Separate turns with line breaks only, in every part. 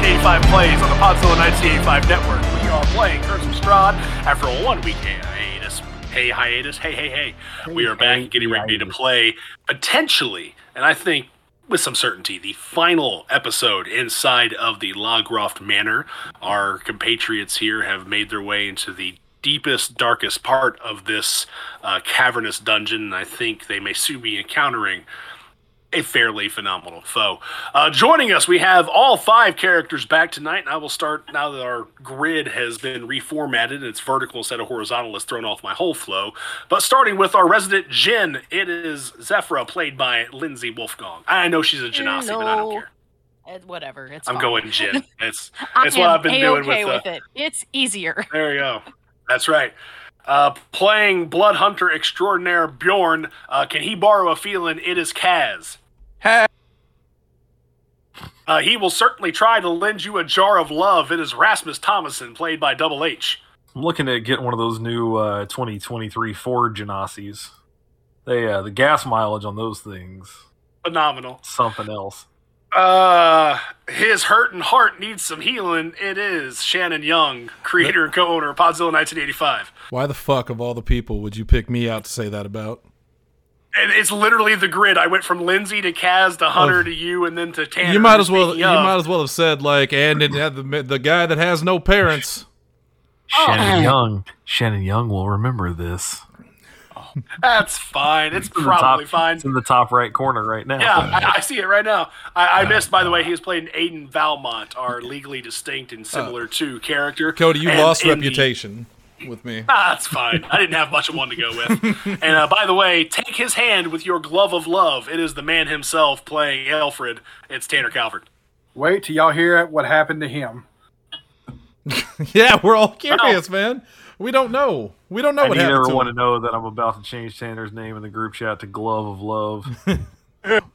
plays on the Podzilla 985 network. We are playing Curse of Strahd after a one week hiatus. Hey, hiatus. Hey, hey, hey. We are back getting ready to play potentially, and I think with some certainty, the final episode inside of the Logroft Manor. Our compatriots here have made their way into the deepest, darkest part of this uh, cavernous dungeon, and I think they may soon be encountering a fairly phenomenal foe. Uh, joining us, we have all five characters back tonight, and I will start now that our grid has been reformatted and it's vertical instead of horizontal has thrown off my whole flow. But starting with our resident Jin, it is Zephyra, played by Lindsay Wolfgong. I know she's a Genasi, but I don't
Hello.
care.
It- Eh, whatever. It's
I'm
fine.
going Jin. It's
I
it's what
am
I've been doing
A-okay
with, uh,
it. It's easier.
There you go. That's right. Uh, playing Blood Hunter extraordinaire Bjorn. Uh, can he borrow a feeling? It is Kaz.
Hey.
Uh, he will certainly try to lend you a jar of love. It is Rasmus Thomason, played by Double H.
I'm looking at getting one of those new uh, 2023 Ford Genasis. They uh, the gas mileage on those things
Phenomenal.
something else.
Uh, his hurting heart needs some healing. It is Shannon Young, creator and co-owner of Podzilla 1985.
Why the fuck of all the people would you pick me out to say that about?
And it's literally the grid. I went from Lindsay to Kaz to Hunter
Oh.
to you, and then to Oh, Tanner.
you might as well.
Speaking
You
of-
might as well have said like, and it had the the guy that has no parents.
Oh,
Shannon Young, Shannon Young will remember this.
That's fine. It's
It's in the
probably
top-
fine.
It's in the top right corner right now.
Yeah, I, I see it right now. I, I missed, by the way, he was playing Aiden Valmont, our legally distinct
Oh.
and similar to character.
Cody, you
And
lost
in the-
reputation with me.
Ah, that's fine. I didn't have much of one to go with. and uh, by the way, take his hand with your glove of love. It is the man himself playing Alfred. It's Tanner Calvert.
Wait till y'all hear what happened to him.
yeah, we're all curious, man. We don't know. We don't know
And
what
you
happened.
never
to
want to
him.
know that I'm about to change Tanner's name in the group chat to Glove of Love.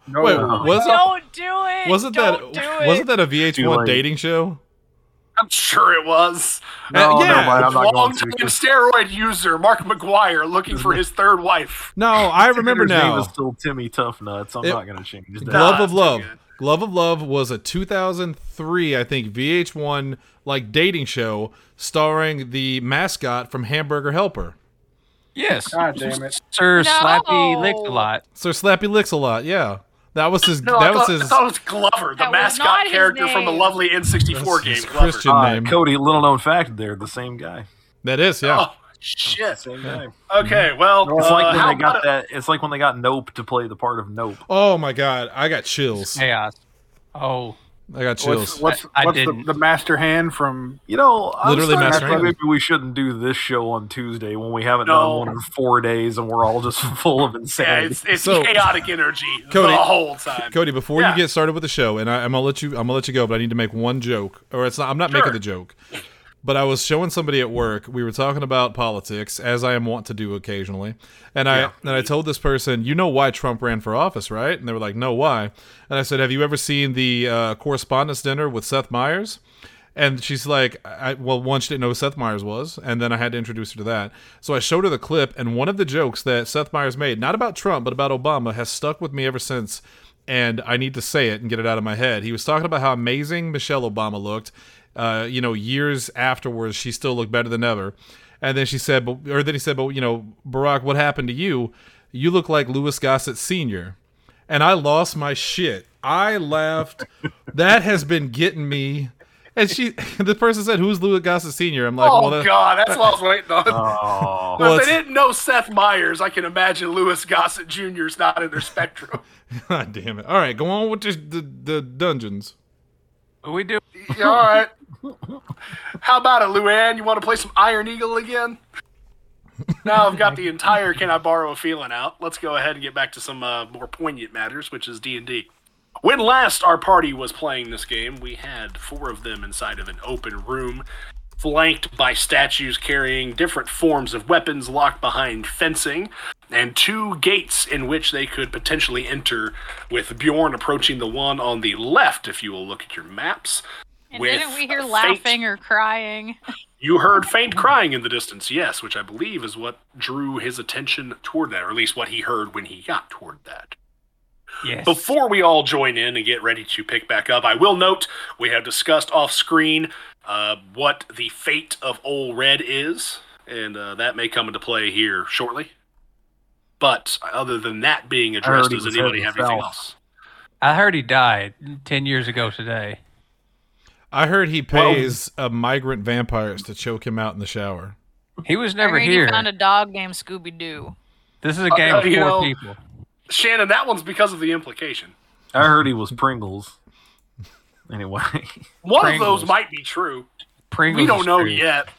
No,
Wait, was
Don't do it.
wasn't that
Don't do it.
wasn't that a VH1
late.
dating show?
I'm sure it was.
No,
yeah.
never mind. I'm not going to.
Long-time steroid user Mark McGuire looking for his third wife.
No, I remember
Tanner's
now.
name is still Timmy Toughnuts. I'm
It-
not going to change that.
Glove of
too
Love.
good.
Glove of Love was a 2003, I think, VH1 like dating show starring the mascot from Hamburger Helper,
Yes.
God damn it.
Sir
No.
Slappy licked a lot.
Sir Slappy Licks a lot. Yeah, that was his.
No, I,
that was
thought,
his.
I thought it was Glover, the
That was not
mascot
his
character from the
name.
lovely N64
that's
game.
his
Glover.
Christian
Uh,
name.
Cody, little known fact, they're the same guy.
that is. Yeah.
Oh shit.
Same guy.
Okay, well,
It's
uh,
like when
how
they got
about
that. It's like when they got Nope to play the part of Nope.
Oh my god, I got chills.
Chaos. Oh,
I got
What's,
chills.
what's,
I- I
what's the,
didn't.
the master hand from?
You know, I
Literally
was
Master
starting to think
Hand.
maybe we shouldn't do this show on Tuesday when we haven't
No.
done one in four days and we're all just full of
Yeah,
insanity.
it's, it's
So-
chaotic energy
Cody-
the whole time.
Cody, before
Yeah.
you get started with the show, and I, I'm gonna let you, I'm gonna let you go, but I need to make one joke, or it's not. I'm not
Sure.
making the joke. But I was showing somebody at work. We were talking about politics, as I am wont to do occasionally. And I and I told this person, "You know why Trump ran for office, right?" And they were like, "No, why?" And I said, "Have you ever seen the uh, correspondence dinner with Seth Meyers?" And she's like, I, well, one, she didn't know who Seth Meyers was. And then I had to introduce her to that. So I showed her the clip. And one of the jokes that Seth Meyers made, not about Trump, but about Obama, has stuck with me ever since. And I need to say it and get it out of my head. He was talking about how amazing Michelle Obama looked. Uh, you know, years afterwards, she still looked better than ever. And then she said, but, or then he said, but, you know, Barack, what happened to you? You look like Louis Gossett Sr and I lost my shit. I laughed. that has been getting me. And she, the person said, "Who's Louis Gossett Sr.?" I'm like,
oh
"Well, that,
god, that's what I was waiting on.
oh,
well,
if
it's-
they didn't know Seth Meyers, I can imagine Lewis Gossett Jr.'s not in their spectrum.
God damn it! All right, go on with this, the the dungeons.
what we do?
Yeah, all right. How about it, Luann? You want to play some Iron Eagle again? Now I've got the entire "Can I Borrow a Feeling" out. Let's go ahead and get back to some uh, more poignant matters, which is D and D. When last our party was playing this game, we had four of them inside of an open room, flanked by statues carrying different forms of weapons locked behind fencing, and two gates in which they could potentially enter. With Bjorn approaching the one on the left, if you will look at your maps.
And
with
didn't we hear
a faint-
laughing or crying?
you heard faint crying in the distance, yes, which I believe is what drew his attention toward that, or at least what he heard when he got toward that.
Yes.
Before we all join in and get ready to pick back up, I will note we have discussed off screen uh, what the fate of Old Red is, and uh, that may come into play here shortly. But other than that being addressed,
he
does
was
anybody
heading
have anything
south.
else?
I heard he died ten years ago today.
I heard he pays uh, migrant vampires to choke him out in the shower.
He was
I
never
heard
here.
you found a dog named Scooby Doo.
This is a game
Uh,
of
you
four
know-
people.
Shannon, that one's because of the implication.
I heard he was Pringles. Anyway,
One of
Pringles.
those might be true.
Pringles.
We don't
is
know
free.
yet.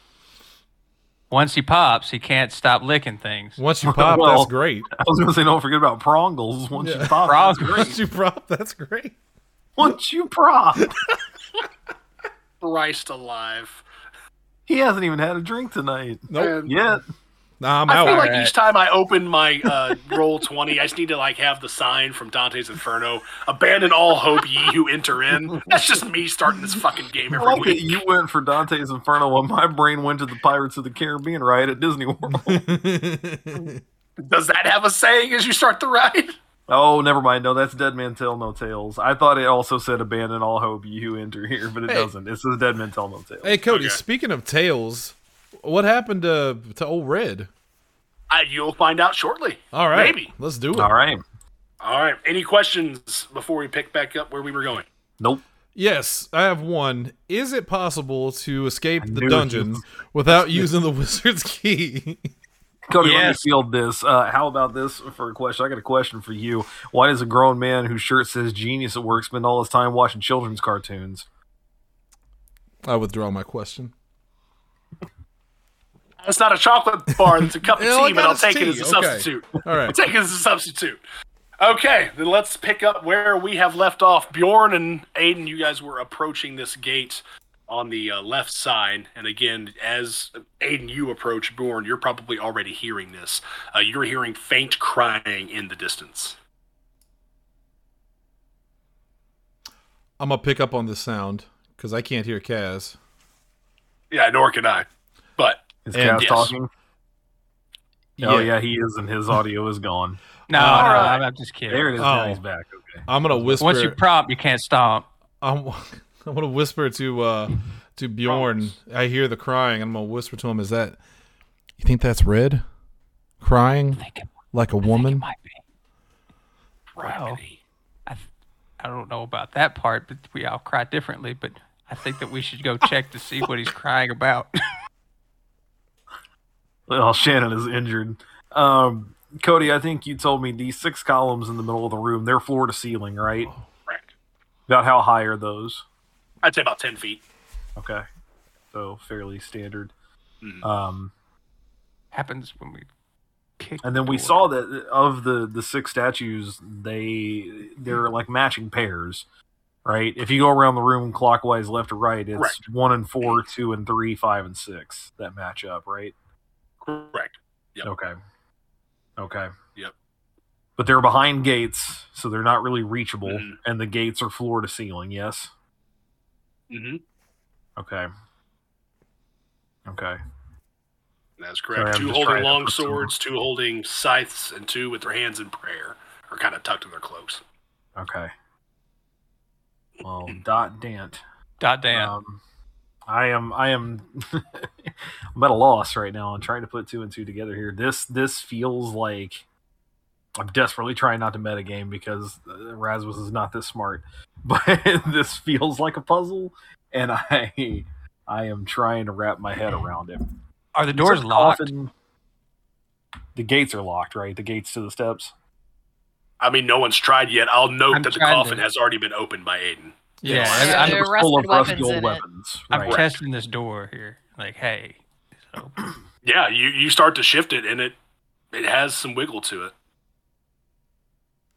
Once he pops, he can't stop licking things.
Once you pop,
Well-
that's great.
I was gonna say don't forget about Prongles once you pop.
Frog-
Once you pop, that's great.
Once you prop,
Christ alive.
he hasn't even had a drink tonight
Nope.
And
yet.
Nah, I'm
I
out.
feel like
Alright.
each time I open my uh, roll twenty, I just need to like have the sign from Dante's Inferno: "Abandon all hope, ye who enter in." That's just me starting this fucking game
I
every
like that
week.
you went for Dante's Inferno while my brain went to the Pirates of the Caribbean ride at Disney World.
Does that have a saying as you start the ride?
oh, never mind. No, that's Dead Man Tell No Tales. I thought it also said abandon all hope you who enter here, but it
Hey.
doesn't. It says Dead Man Tell No Tales.
hey, Cody.
Okay.
Speaking of tails, what happened to to old Red?
I, you'll find out shortly.
All right,
maybe.
let's do it.
All right.
All right. Any questions before we pick back up where we were going?
Nope.
Yes, I have one. Is it possible to escape the
knew it.
dungeon without using the wizard's key?
Cody, let me
Yes.
field this. Uh, how about this for a question? I got a question for you. Why does a grown man whose shirt says genius at work spend all his time watching children's cartoons?
I withdraw my question.
It's not a chocolate bar. It's a cup of
Yeah, all I
tea, but
got
I'll
is
take it
tea.
as a
Okay.
substitute.
All right.
Take it as a substitute. Okay, then let's pick up where we have left off. Bjorn and Aiden, you guys were approaching this gate on the uh, left side. And again, as Aiden, you approach Bjorn, you're probably already hearing this. Uh, you're hearing faint crying in the distance.
I'm gonna pick up on the sound because I can't hear Kaz.
Yeah, nor can I. But
Is
And
Cass
yes.
talking? Oh, yeah, he is, and his audio is gone.
No, no,
All
right.
I'm- I'm just kidding.
There it is.
Oh.
Now he's back. Okay.
I'm gonna whisper.
Once you prompt, you can't stop.
I'm, I'm gonna whisper to uh to Bjorn. I hear the crying. and I'm gonna whisper to him. Is that? You think that's Red? Crying
I think it,
like a
I think it
woman.
might be. Wow. I, th- I don't know about that part, but we all cry differently. But I think that we should go check to see what he's crying about.
Well, Shannon is injured. Um, Cody, I think you told me these six columns in the middle of the room, they're floor to ceiling, right?
Right.
About how high are those?
I'd say about 10 feet.
Okay. So fairly standard. Um,
Happens when we kick.
and then
the
we
door.
saw that of the the six statues, they they're like matching pairs, right? If you go around the room clockwise, left to right, it's
Correct.
one and four, two and three, five and six that match up, right?
Correct. Yep.
Okay. Okay.
Yep.
But they're behind gates, so they're not really reachable,
Mhm.
and the gates are floor to ceiling. Yes.
hmm
Okay. Okay.
That's
Sorry,
correct.
I'm
two
just
holding
trying to
long
put some-
swords, two holding scythes, and two with their hands in prayer, or kind of tucked in their cloaks.
Okay. Well, dot dant.
Dot damn.
Um, I am. I am. I'm at a loss right now. I'm trying to put two and two together here. This this feels like I'm desperately trying not to metagame because uh, Rasmus is not this smart. But this feels like a puzzle, and I I am trying to wrap my head around it.
Are the doors
It's a
locked?
coffin. The gates are locked, right? The gates to the steps.
I mean, no one's tried yet. I'll note
I'm
that the
trying
coffin
to-
has already been opened by Aiden.
Yeah,
Yes.
I'm-
Yeah,
I'm,
there
It
are
was full
rusted
of rusty
weapons
old
in it.
weapons.
I'm
right.
testing this door here. Like, hey. So,
Yeah, you, you start to shift it, and it it has some wiggle to it.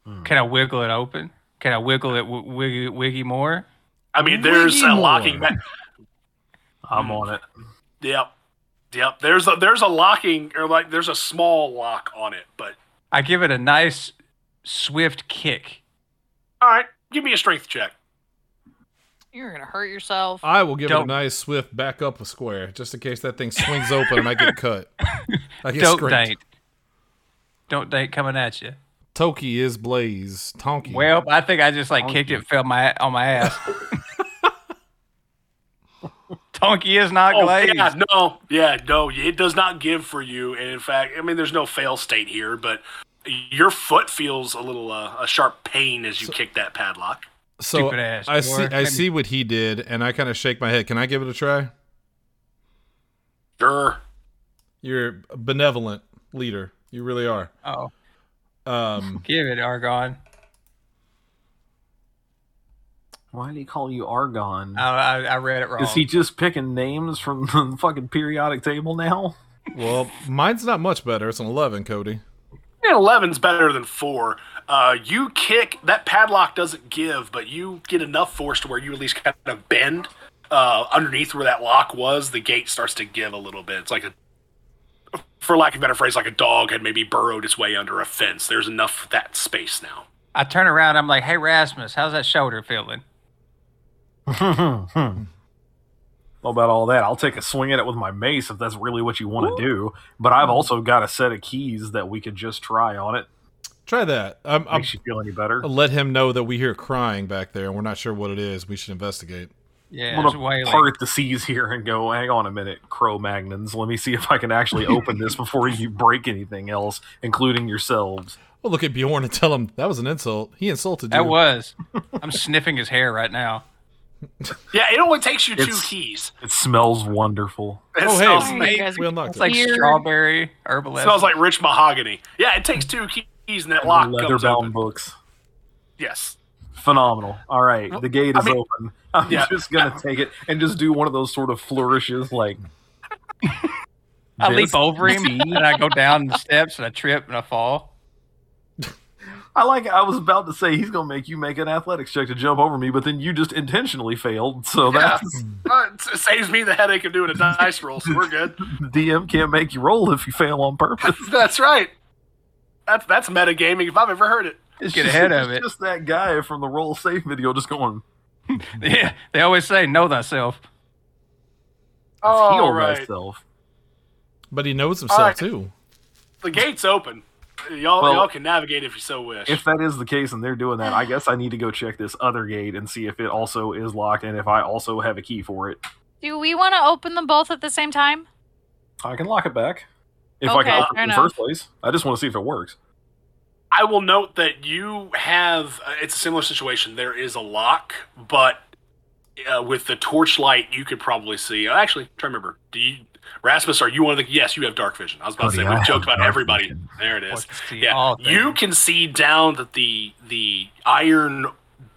Hmm.
can I wiggle it open? Can I wiggle it w- wiggy, wiggy more?
I mean, there's a
Wiggy more.
locking. Me-
I'm on it.
yep, yep. There's a there's a locking, or like there's a small lock on it. But
I give it a nice, swift kick.
all right, give me a strength check.
You're gonna hurt yourself.
I will give it a
Don't-
nice swift back up a square just in case that thing swings open and I get cut. I get
Don't
scraped.
date. Don't date coming at you.
Toki is Blaze. Tonki.
Well, I think I just like kicked it, fell my on my ass. Tonky is not
Oh
glazed.
yeah, no, yeah, no. It does not give for you, and in fact, I mean, there's no fail state here, but your foot feels a little uh, a sharp pain as you kick that padlock.
so
Stupid ass.
I see.
boy.
I see what he did, and I kind of shake my head. Can I give it a try?
Sure.
You're a benevolent leader. You really are.
Oh,
Um,
give it Argon.
Why do you call you Argon?
I,
Uh,
I, I read it wrong.
Is he just picking names from the fucking periodic table now?
well, mine's not much better. It's an eleven, Cody.
And 11's better than four. Uh, you kick that padlock doesn't give, but you get enough force to where you at least kind of bend uh, underneath where that lock was. The gate starts to give a little bit. It's like a, for lack of a better phrase, like a dog had maybe burrowed its way under a fence. There's enough of that space now.
I turn around. I'm like, "Hey, Rasmus, how's that shoulder feeling?"
Well, about all that, I'll take a swing at it with my mace if that's really what you want to do. But I've also got a set of keys that we could just try on it.
Try that. I'm,
Um,
I'm,
Makes you feel any better?
let him know that we hear crying back there, and we're not sure what it is. We should investigate.
Yeah,
I'm
it's
gonna
wailing.
part the seas here and go. Hang on a minute, Crow Magnans. Let me see if I can actually open this before you break anything else, including yourselves.
Well, look at Bjorn and tell him that was an insult. He insulted you.
That was. I'm sniffing his hair right now.
Yeah, it only takes you two
It's-
keys.
It smells wonderful.
It
Oh, hey.
smells
Sorry,
amazing.
you guys
We
are
unlocked
It's
it.
like
Weird.
strawberry herbal.
Smells
essence.
like rich mahogany. Yeah, it takes two keys and that lock
Leather
comes
bound
open.
books.
Yes.
Phenomenal. All right, the gate is
mean-
open. I'm
Yeah.
just gonna take it and just do one of those sort of flourishes, like
I
this.
leap over him and I go down the steps and I trip and I fall.
I like. I was about to say he's gonna make you make an athletics check to jump over me, but then you just intentionally failed. So
Yeah.
that's
Uh, it s- saves me the headache of doing a dice roll, so we're good.
the DM can't make you roll if you fail on purpose.
That's right. That's that's metagaming if I've ever heard it.
It's
Get
just,
ahead of
it's
it.
Just that guy from the roll safe video, just going.
Yeah, they always say know thyself.
Let's
All
heal
right.
myself.
but he knows himself
Alright.
too.
The gate's open. Y'all
Well-
y'all can navigate if you so wish.
If that is the case and they're doing that, I guess I need to go check this other gate and see if it also is locked and if I also have a key for it.
Do we want to open them both at the same time?
I can lock it back. If I
Okay,
can open it
fair
in the
enough.
first place. I just want to see if it works.
I will note that you have uh, it's a similar situation. There is a lock, but uh, with the torchlight you could probably see. uh, Actually, try to remember. Do you Rasmus, are you one of the yes, you have dark vision. I was about to
Cody,
say
Oh, I
we
have
joked about
dark
everybody.
vision.
There it is.
Or see
Yeah,
all
you
things.
can see down that the the iron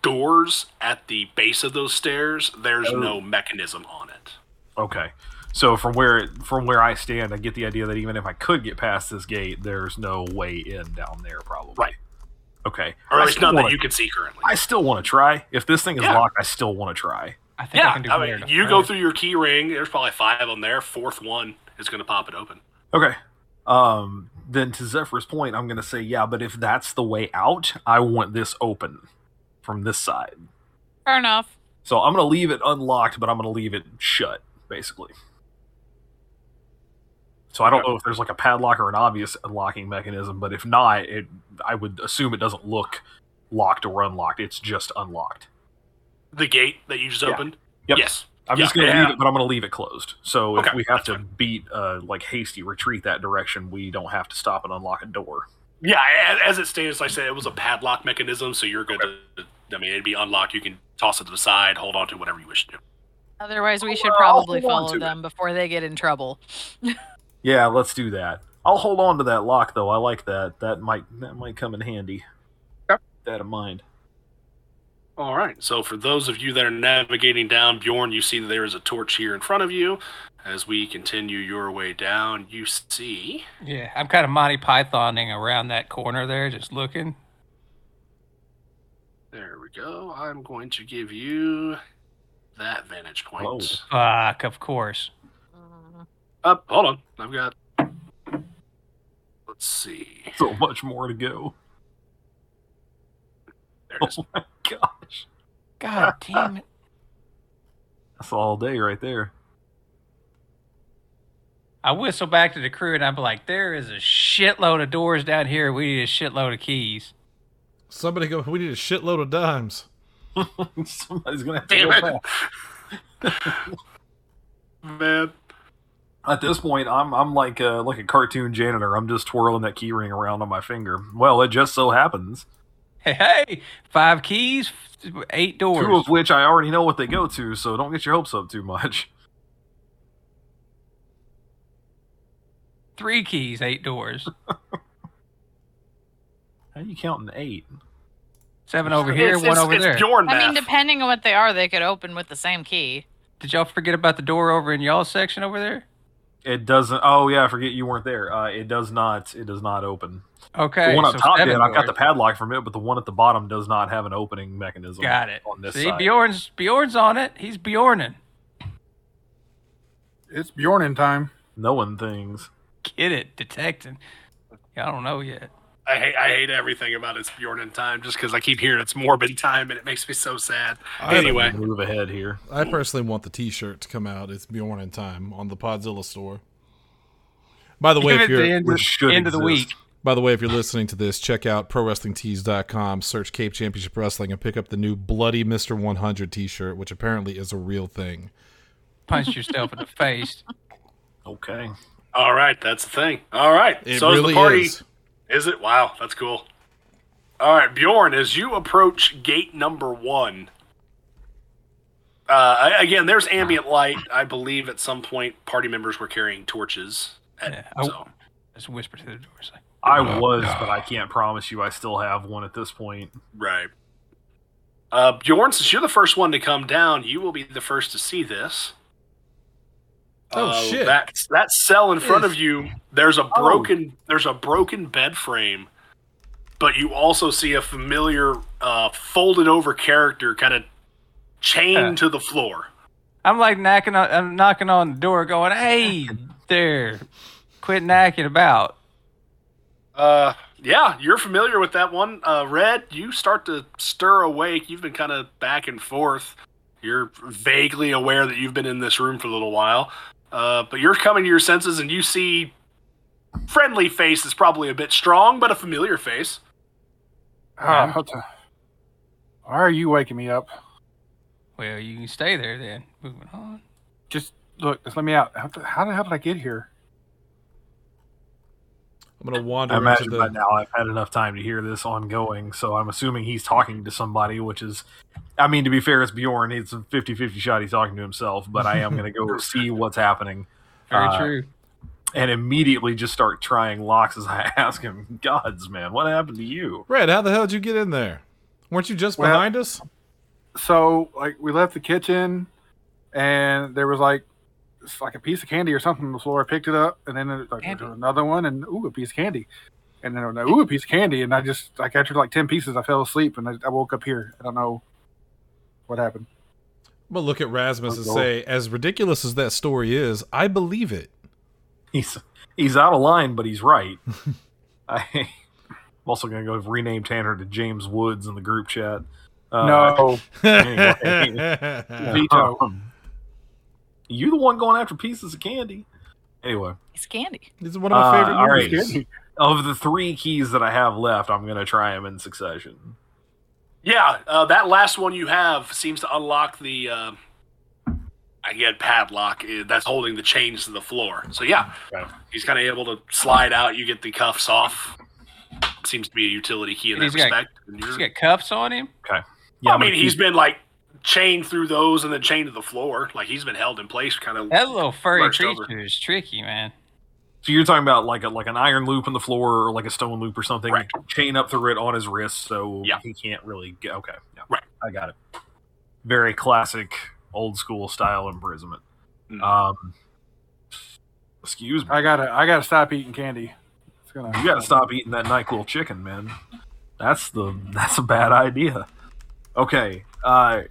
doors at the base of those stairs. There's
Oh.
no mechanism on it.
Okay. So from where it, from where I stand, I get the idea that even if I could get past this gate, there's no way in down there, probably.
Right.
Okay.
Or
I
at least
still
none
wanna-
that you can see currently.
I still want to try. If this thing is
Yeah.
locked, I still want to try.
I think I
yeah,
can do
I
better
mean,
than
you
that.
go through your key ring. There's probably five on there. Fourth one is going to pop it open.
Okay. Um. Then to Zephyr's point, I'm gonna say yeah, but if that's the way out, I want this open from this side.
Fair enough.
So I'm gonna leave it unlocked, but I'm gonna leave it shut, basically. So I don't know if there's like a padlock or an obvious unlocking mechanism, but if not, it I would assume it doesn't look locked or unlocked. It's just unlocked.
The gate that you just
Yeah.
opened.
Yep.
Yes.
I'm just
Yeah,
gonna
yeah.
leave it, but I'm gonna leave it closed. So if
Okay,
we have
that's
to beat uh like hasty retreat that direction, we don't have to stop and unlock a door.
Yeah. a- As it stands, like I said, it was a padlock mechanism, so you're good to. I mean, it'd be unlocked. You can toss it to the side, hold on to whatever you wish to. do.
Otherwise,
Oh,
we should
Well, I'll
probably
hold on
follow
to
them before they get in trouble.
Yeah, let's do that. I'll hold on to that lock though. I like that. That might that might come in handy.
Yep.
That in mind.
All right. So for those of you that are navigating down Bjorn, you see that there is a torch here in front of you. As we continue your way down, you see
Yeah, I'm kind of Monty Pythoning around that corner there, just looking.
There we go. I'm going to give you that vantage point.
Oh.
Fuck, of course.
Up, Uh, hold on. I've got. Let's see.
So much more to go.
There it is.
Gosh.
God damn it.
That's all day right there.
I whistle back to the crew and I'm like, there is a shitload of doors down here. We need a shitload of keys.
Somebody go. We need a shitload of dimes.
Somebody's gonna have to
Damn
go
it.
back.
Man.
At this point, I'm I'm like a, like a cartoon janitor. I'm just twirling that key ring around on my finger. Well, it just so happens
Hey, hey, five keys, f- eight doors.
two of which I already know what they go to, so don't get your hopes up too much.
Three keys, eight doors.
How you counting eight?
Seven over here,
It's-
one
it's-
over
it's
there.
Bjorn
I mean,
math.
depending on what they are, they could open with the same key.
Did y'all forget about the door over in y'all's section over there?
It doesn't. Oh yeah, I forget you weren't there. Uh, it does not. It does not open.
Okay.
the one up
so
top did.
seven
I've got
doors.
the padlock from it, but the one at the bottom does not have an opening mechanism.
Got it.
On this
See,
side.
Bjorn's Bjorn's on it. He's Bjorning.
It's Bjorn in time.
Knowing things.
Get it, detecting. Y'all don't know yet.
I hate, I hate everything about it's Bjorn in time just because I keep hearing it's morbid time and it makes me so sad.
I don't
anyway,
Move ahead here.
I personally want the T-shirt to come out. It's Bjorn in time on the Podzilla store. By the way,
Give
if
it the
you're
end,
which should
end of the
exist.
week.
by the way, if you're listening to this, check out prowrestlingtees.com, search Cape Championship Wrestling, and pick up the new Bloody Mister 100 T-shirt, which apparently is a real thing.
Punch yourself in the face.
Okay.
all right, that's the thing. All right,
It
so
really
is the party.
is.
Is it? Wow, that's cool. All right, Bjorn, as you approach gate number one, uh, I- again, there's ambient light. I believe at some point party members were carrying torches. At,
Yeah, I-
so.
Just whisper to the door. It's like,
I was, but I can't promise you I still have one at this point.
Right. Uh, Bjorn, since you're the first one to come down, you will be the first to see this.
Oh, shit.
Uh,
Oh.
That that cell in front of
Yes.
you, there's a broken there's a broken bed frame, but you also see a familiar uh, folded over character kind of chained to the floor.
I'm like knocking on, I'm knocking on the door, going, "Hey, there, quit knocking about."
Uh, yeah, you're familiar with that one. Uh, Red, you start to stir awake. You've been kind of back and forth. You're vaguely aware that you've been in this room for a little while. Uh, but you're coming to your senses and you see friendly face is probably a bit strong, but a familiar face.
Mm-hmm.
Ah, what the- Why are you waking me up?
Well, you can stay there then. Moving on.
Just look, just let me out. How the, how the hell did I get here?
I'm gonna
I
wander into
imagine by
the.
now I've had enough time to hear this ongoing, so I'm assuming he's talking to somebody, which is, I mean, to be fair, it's Bjorn. It's a 50 50 shot he's talking to himself, but I am going to go see what's happening
Very
Uh,
true.
and immediately just start trying locks as I ask him, Gods, man, what happened to you?
Red, how the hell did you get in there? Weren't you just
Well-
behind us?
So like we left the kitchen, and there was like it's like a piece of candy or something on the floor. I picked it up, and then there was, like,
Candy.
there's another one, and ooh, a piece of candy, and then another, ooh, a piece of candy, and I just like after like ten pieces, I fell asleep, and I, I woke up here. I don't know what happened.
But look at Rasmus and
Let's go.
say, as ridiculous as that story is, I believe it.
He's he's out of line, but he's right. I, am also going to go rename Tanner to James Woods in the group chat. Uh,
no,
Anyway.
veto.
Um, you the one going after pieces of candy. Anyway,
It's candy.
It's one of my
Uh,
favorite
all right.
movies.
of the three keys that I have left, I'm going to try them in succession.
Yeah, uh, that last one you have seems to unlock the. Uh, Again, padlock uh, that's holding the chains to the floor. So yeah,
Right.
he's kind of able to slide out. You get the cuffs off. Seems to be a utility key in
And
that
he's got-
respect. and
He's
you're-
got cuffs on him.
Yeah,
I
I'm
mean,
gonna
he's
keep-
been like chained through those and then chained to the floor. Like he's been held in place, kind of.
That little furry
Lurched
creature
over.
is tricky, man.
so you're talking about like a, like an iron loop in the floor or like a stone loop or something,
Right.
chain up through it on his wrist, so
Yeah.
he can't really. Get, okay, yeah,
Right.
I got it. Very classic, old school style imprisonment.
Mm.
Um, excuse me.
I gotta I gotta stop eating candy. It's gonna
You got to stop eating that Nyquil chicken, man. That's the that's a bad idea. Okay. Uh,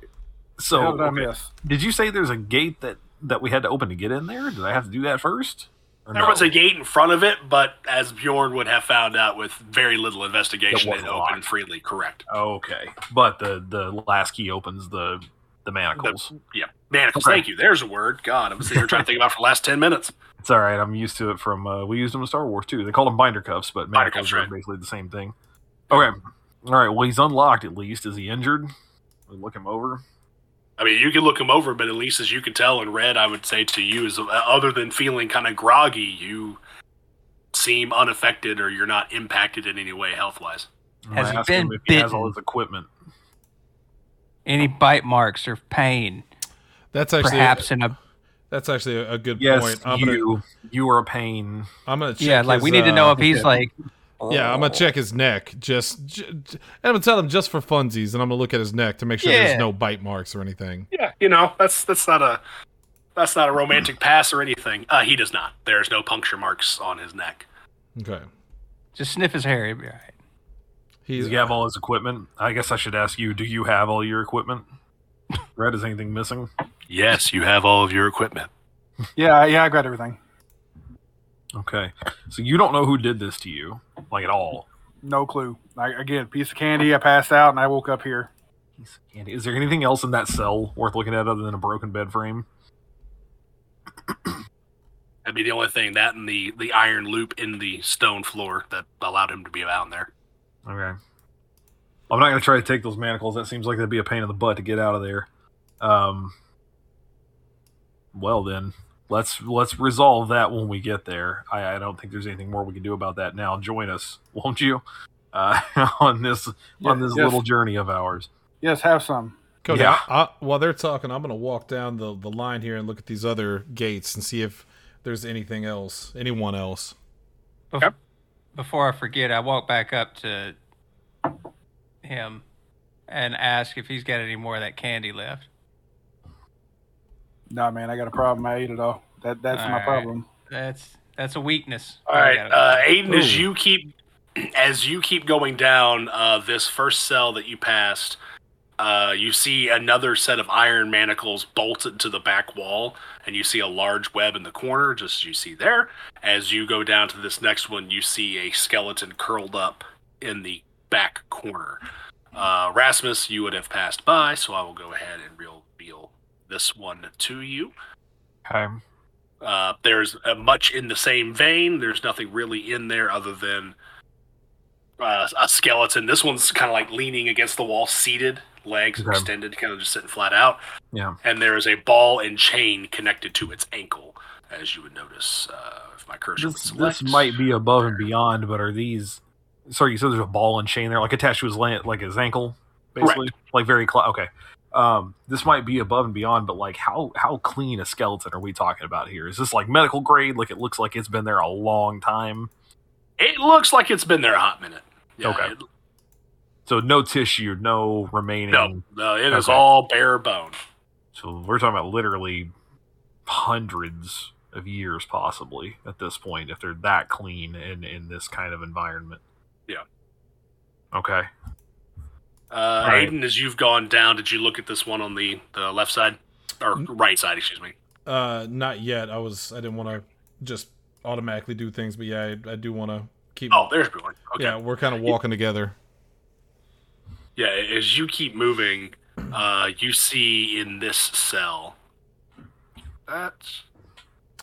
so
How did I
okay.
miss?
did you say there's a gate that that we had to open to get in there? Did I have to do that first? Or
there
no?
was a gate in front of it, but as Bjorn would have found out with very little investigation,
It
it
wasn't
opened
locked.
freely. Correct.
okay, but the the last key opens the The manacles.
Yeah, manacles. Thank you. There's a word. God, I'm sitting here trying to think about it for the last ten minutes.
It's all right. I'm used to it from. Uh, we used them in Star Wars too. They called them binder cuffs, but
Binder
manacles
cuffs,
are
right.
basically the same thing. Okay. All right. Well, he's unlocked at least. Is he injured? We look him over.
I mean, you can look him over, but at least as you can tell in red, I would say to you is uh, other than feeling kind of groggy, you seem unaffected or you're not impacted in any way health wise.
I'm
Has
gonna
he
ask him
been
if he has all
bitten?
his equipment.
Any bite marks or pain,
That's actually
perhaps in a
that's actually a, a good
Yes,
point. I'm
you.
gonna
You are a pain.
I'm gonna check
yeah. Like we
his,
need to know
uh,
if he's like
Yeah, I'm gonna check his neck. Just, j- j- and I'm gonna tell him just for funsies, and I'm gonna look at his neck to make sure
Yeah.
there's no bite marks or anything.
Yeah, you know that's that's not a that's not a romantic pass or anything. Uh, he does not. There's no puncture marks on his neck.
Okay,
just sniff his hair. He'd be all right.
he's
Does he have all his equipment? I guess I should ask you. Do you have all your equipment? Red, is anything missing?
Yes, you have all of your equipment.
Yeah, I- yeah, I grabbed everything.
Okay. So you don't know who did this to you, like at all.
No clue. I, again, piece of candy. I passed out and I woke up here.
And is there anything else in that cell worth looking at other than a broken bed frame?
That'd be the only thing. That and the the iron loop in the stone floor that allowed him to be out in there.
Okay. I'm not going to try to take those manacles. That seems like that'd be a pain in the butt to get out of there. Um. Well then, let's let's resolve that when we get there. I, I don't think there's anything more we can do about that now. Join us, won't you? Uh, on this on this
Yes.
little journey of ours.
Yes, have some.
Cody,
Yeah.
I, while they're talking, I'm gonna walk down the the line here and look at these other gates and see if there's anything else, anyone else.
Bef-
Okay.
Before I forget, I walk back up to him and ask if he's got any more of that candy left.
Nah, man, I got a problem. I ate it all. That that's my
Alright.
problem.
That's that's a weakness.
All right, uh, Aiden, as
Ooh.
you keep as you keep going down uh, this first cell that you passed, uh, you see another set of iron manacles bolted to the back wall, and you see a large web in the corner, just as you see there. As you go down to this next one, you see a skeleton curled up in the back corner. Uh, Rasmus, you would have passed by, so I will go ahead and reveal this one to you.
Okay.
Uh, there's uh, much in the same vein. There's nothing really in there other than uh, a skeleton. This one's kind of like leaning against the wall, seated, legs
Okay.
extended, kind of just sitting flat out.
Yeah.
And there is a ball and chain connected to its ankle, as you would notice uh, if my cursor
This,
would
this
select.
might be above and beyond, but are these? Sorry, you said there's a ball and chain there, like attached to his lan- like his ankle, basically, like very close. Okay, um, this might be above and beyond, but like how how clean a skeleton are we talking about here? Is this like medical grade? Like it looks like it's been there a long time,
It looks like it's been there a hot minute. Yeah,
Okay.
It,
so no tissue, no remaining.
no, no, it is
Mm. Okay.
all bare bone.
So we're talking about literally hundreds of years, possibly at this point, if they're that clean in in this kind of environment.
Yeah.
Okay.
Uh,
Right.
Aiden, as you've gone down, did you look at this one on the, the left side? Or
Mm.
right side, excuse me.
Uh, not yet. I was I didn't want to just automatically do things, but yeah, I, I do want to keep.
Oh, there's one. Okay.
yeah, we're kind of walking together.
Yeah, as you keep moving, uh, you see in this cell. That's.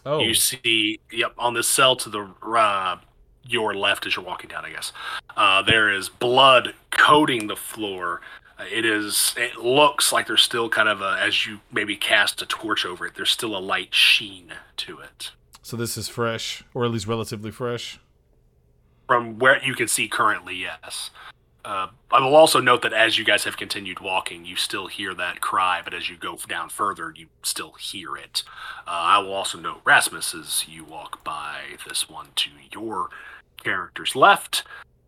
Oh,
You see, yep, on this cell to the uh, your left as you're walking down, I guess. Uh, there is blood coating the floor. Uh, It is. It looks like there's still kind of a, as you maybe cast a torch over it. There's still a light sheen to it
so this is fresh, or at least relatively fresh.
from where you can see currently. Yes. Uh, I will also note that as you guys have continued walking, you still hear that cry, but as you go down further, you still hear it. Uh, I will also note Rasmus as you walk by this one to your character's left.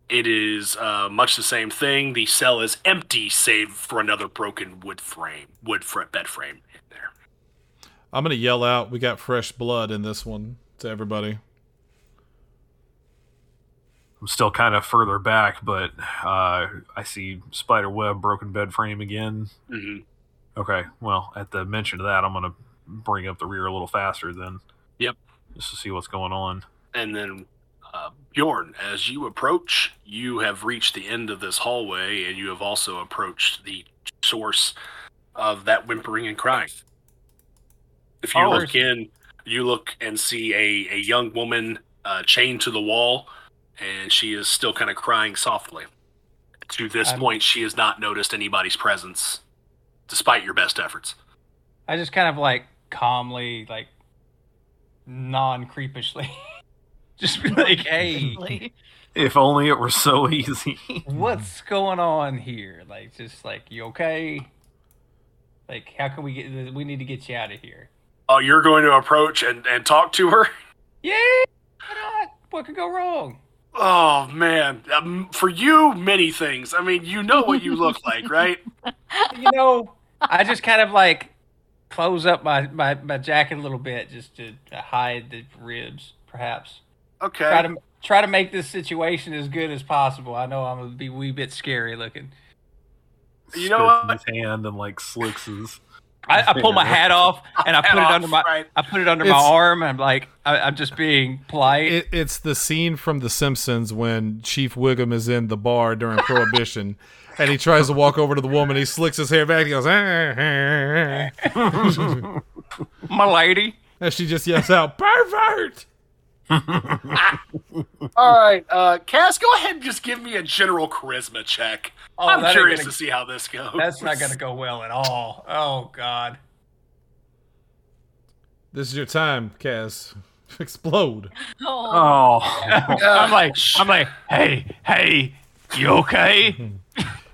It is uh, much the same thing. The cell is empty, save for another broken wood frame, wood fr- bed frame in there.
I'm gonna yell out, "We got fresh blood in this one!" to everybody.
I'm still kind of further back, but uh, I see spider web, broken bed frame again.
Mm-hmm.
Okay, well, at the mention of that, I'm gonna bring up the rear a little faster then.
Yep.
Just to see what's going on.
And then, uh, Bjorn, as you approach, you have reached the end of this hallway, and you have also approached the source of that whimpering and crying. If you
Oh,
look in, you look and see a, a young woman uh, chained to the wall, and she is still kind of crying softly. To this
I'm-
point, she has not noticed anybody's presence, despite your best efforts.
I just kind of like calmly, like non creepishly, just be like, hey,
Really?
If only it were so easy.
what's going on here? Like, just like, you okay? Like, how can we get, we need to get you out of here.
Oh, you're going to approach and, and talk to her?
Yeah, why not? What could go wrong?
Oh, man. Um, for you, many things. I mean, you know what you look like, right?
You know, I just kind of like close up my, my, my jacket a little bit just to hide the ribs, perhaps.
Okay.
Try to try to make this situation as good as possible. I know I'm gonna be a wee bit scary looking.
You know
Spits in
what?
His hand and like slicks his.
I, I pull my hat off and I put it
Off,
under my
right.
I put it under my
It's-
arm and I'm like I, I'm just being polite.
It, it's the scene from The Simpsons when Chief Wiggum is in the bar during Prohibition, and he tries to walk over to the woman. He slicks his hair back. He goes, "Ah, ah, ah,"
my lady,
and she just yells out, "Pervert!"
All right, uh, Cass, go ahead and just give me a general charisma check.
Oh, that
I'm
ain't
curious
gonna-
to see how this goes.
that's not gonna go well at all. Oh God,
This is your time, Cass. Explode.
Oh,
Oh,
I'm like I'm like hey hey, you okay?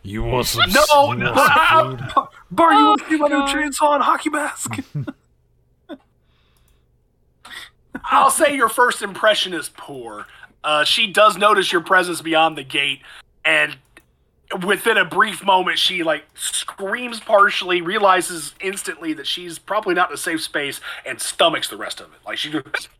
You want some?
No, no, I-
Bar, you
Oh,
want to see my new
God.
chainsaw and hockey mask?
I'll say your first impression is poor. Uh, she does notice your presence beyond the gate, and within a brief moment, she like screams partially, realizes instantly that she's probably not in a safe space, and stomachs the rest of it. Like she just.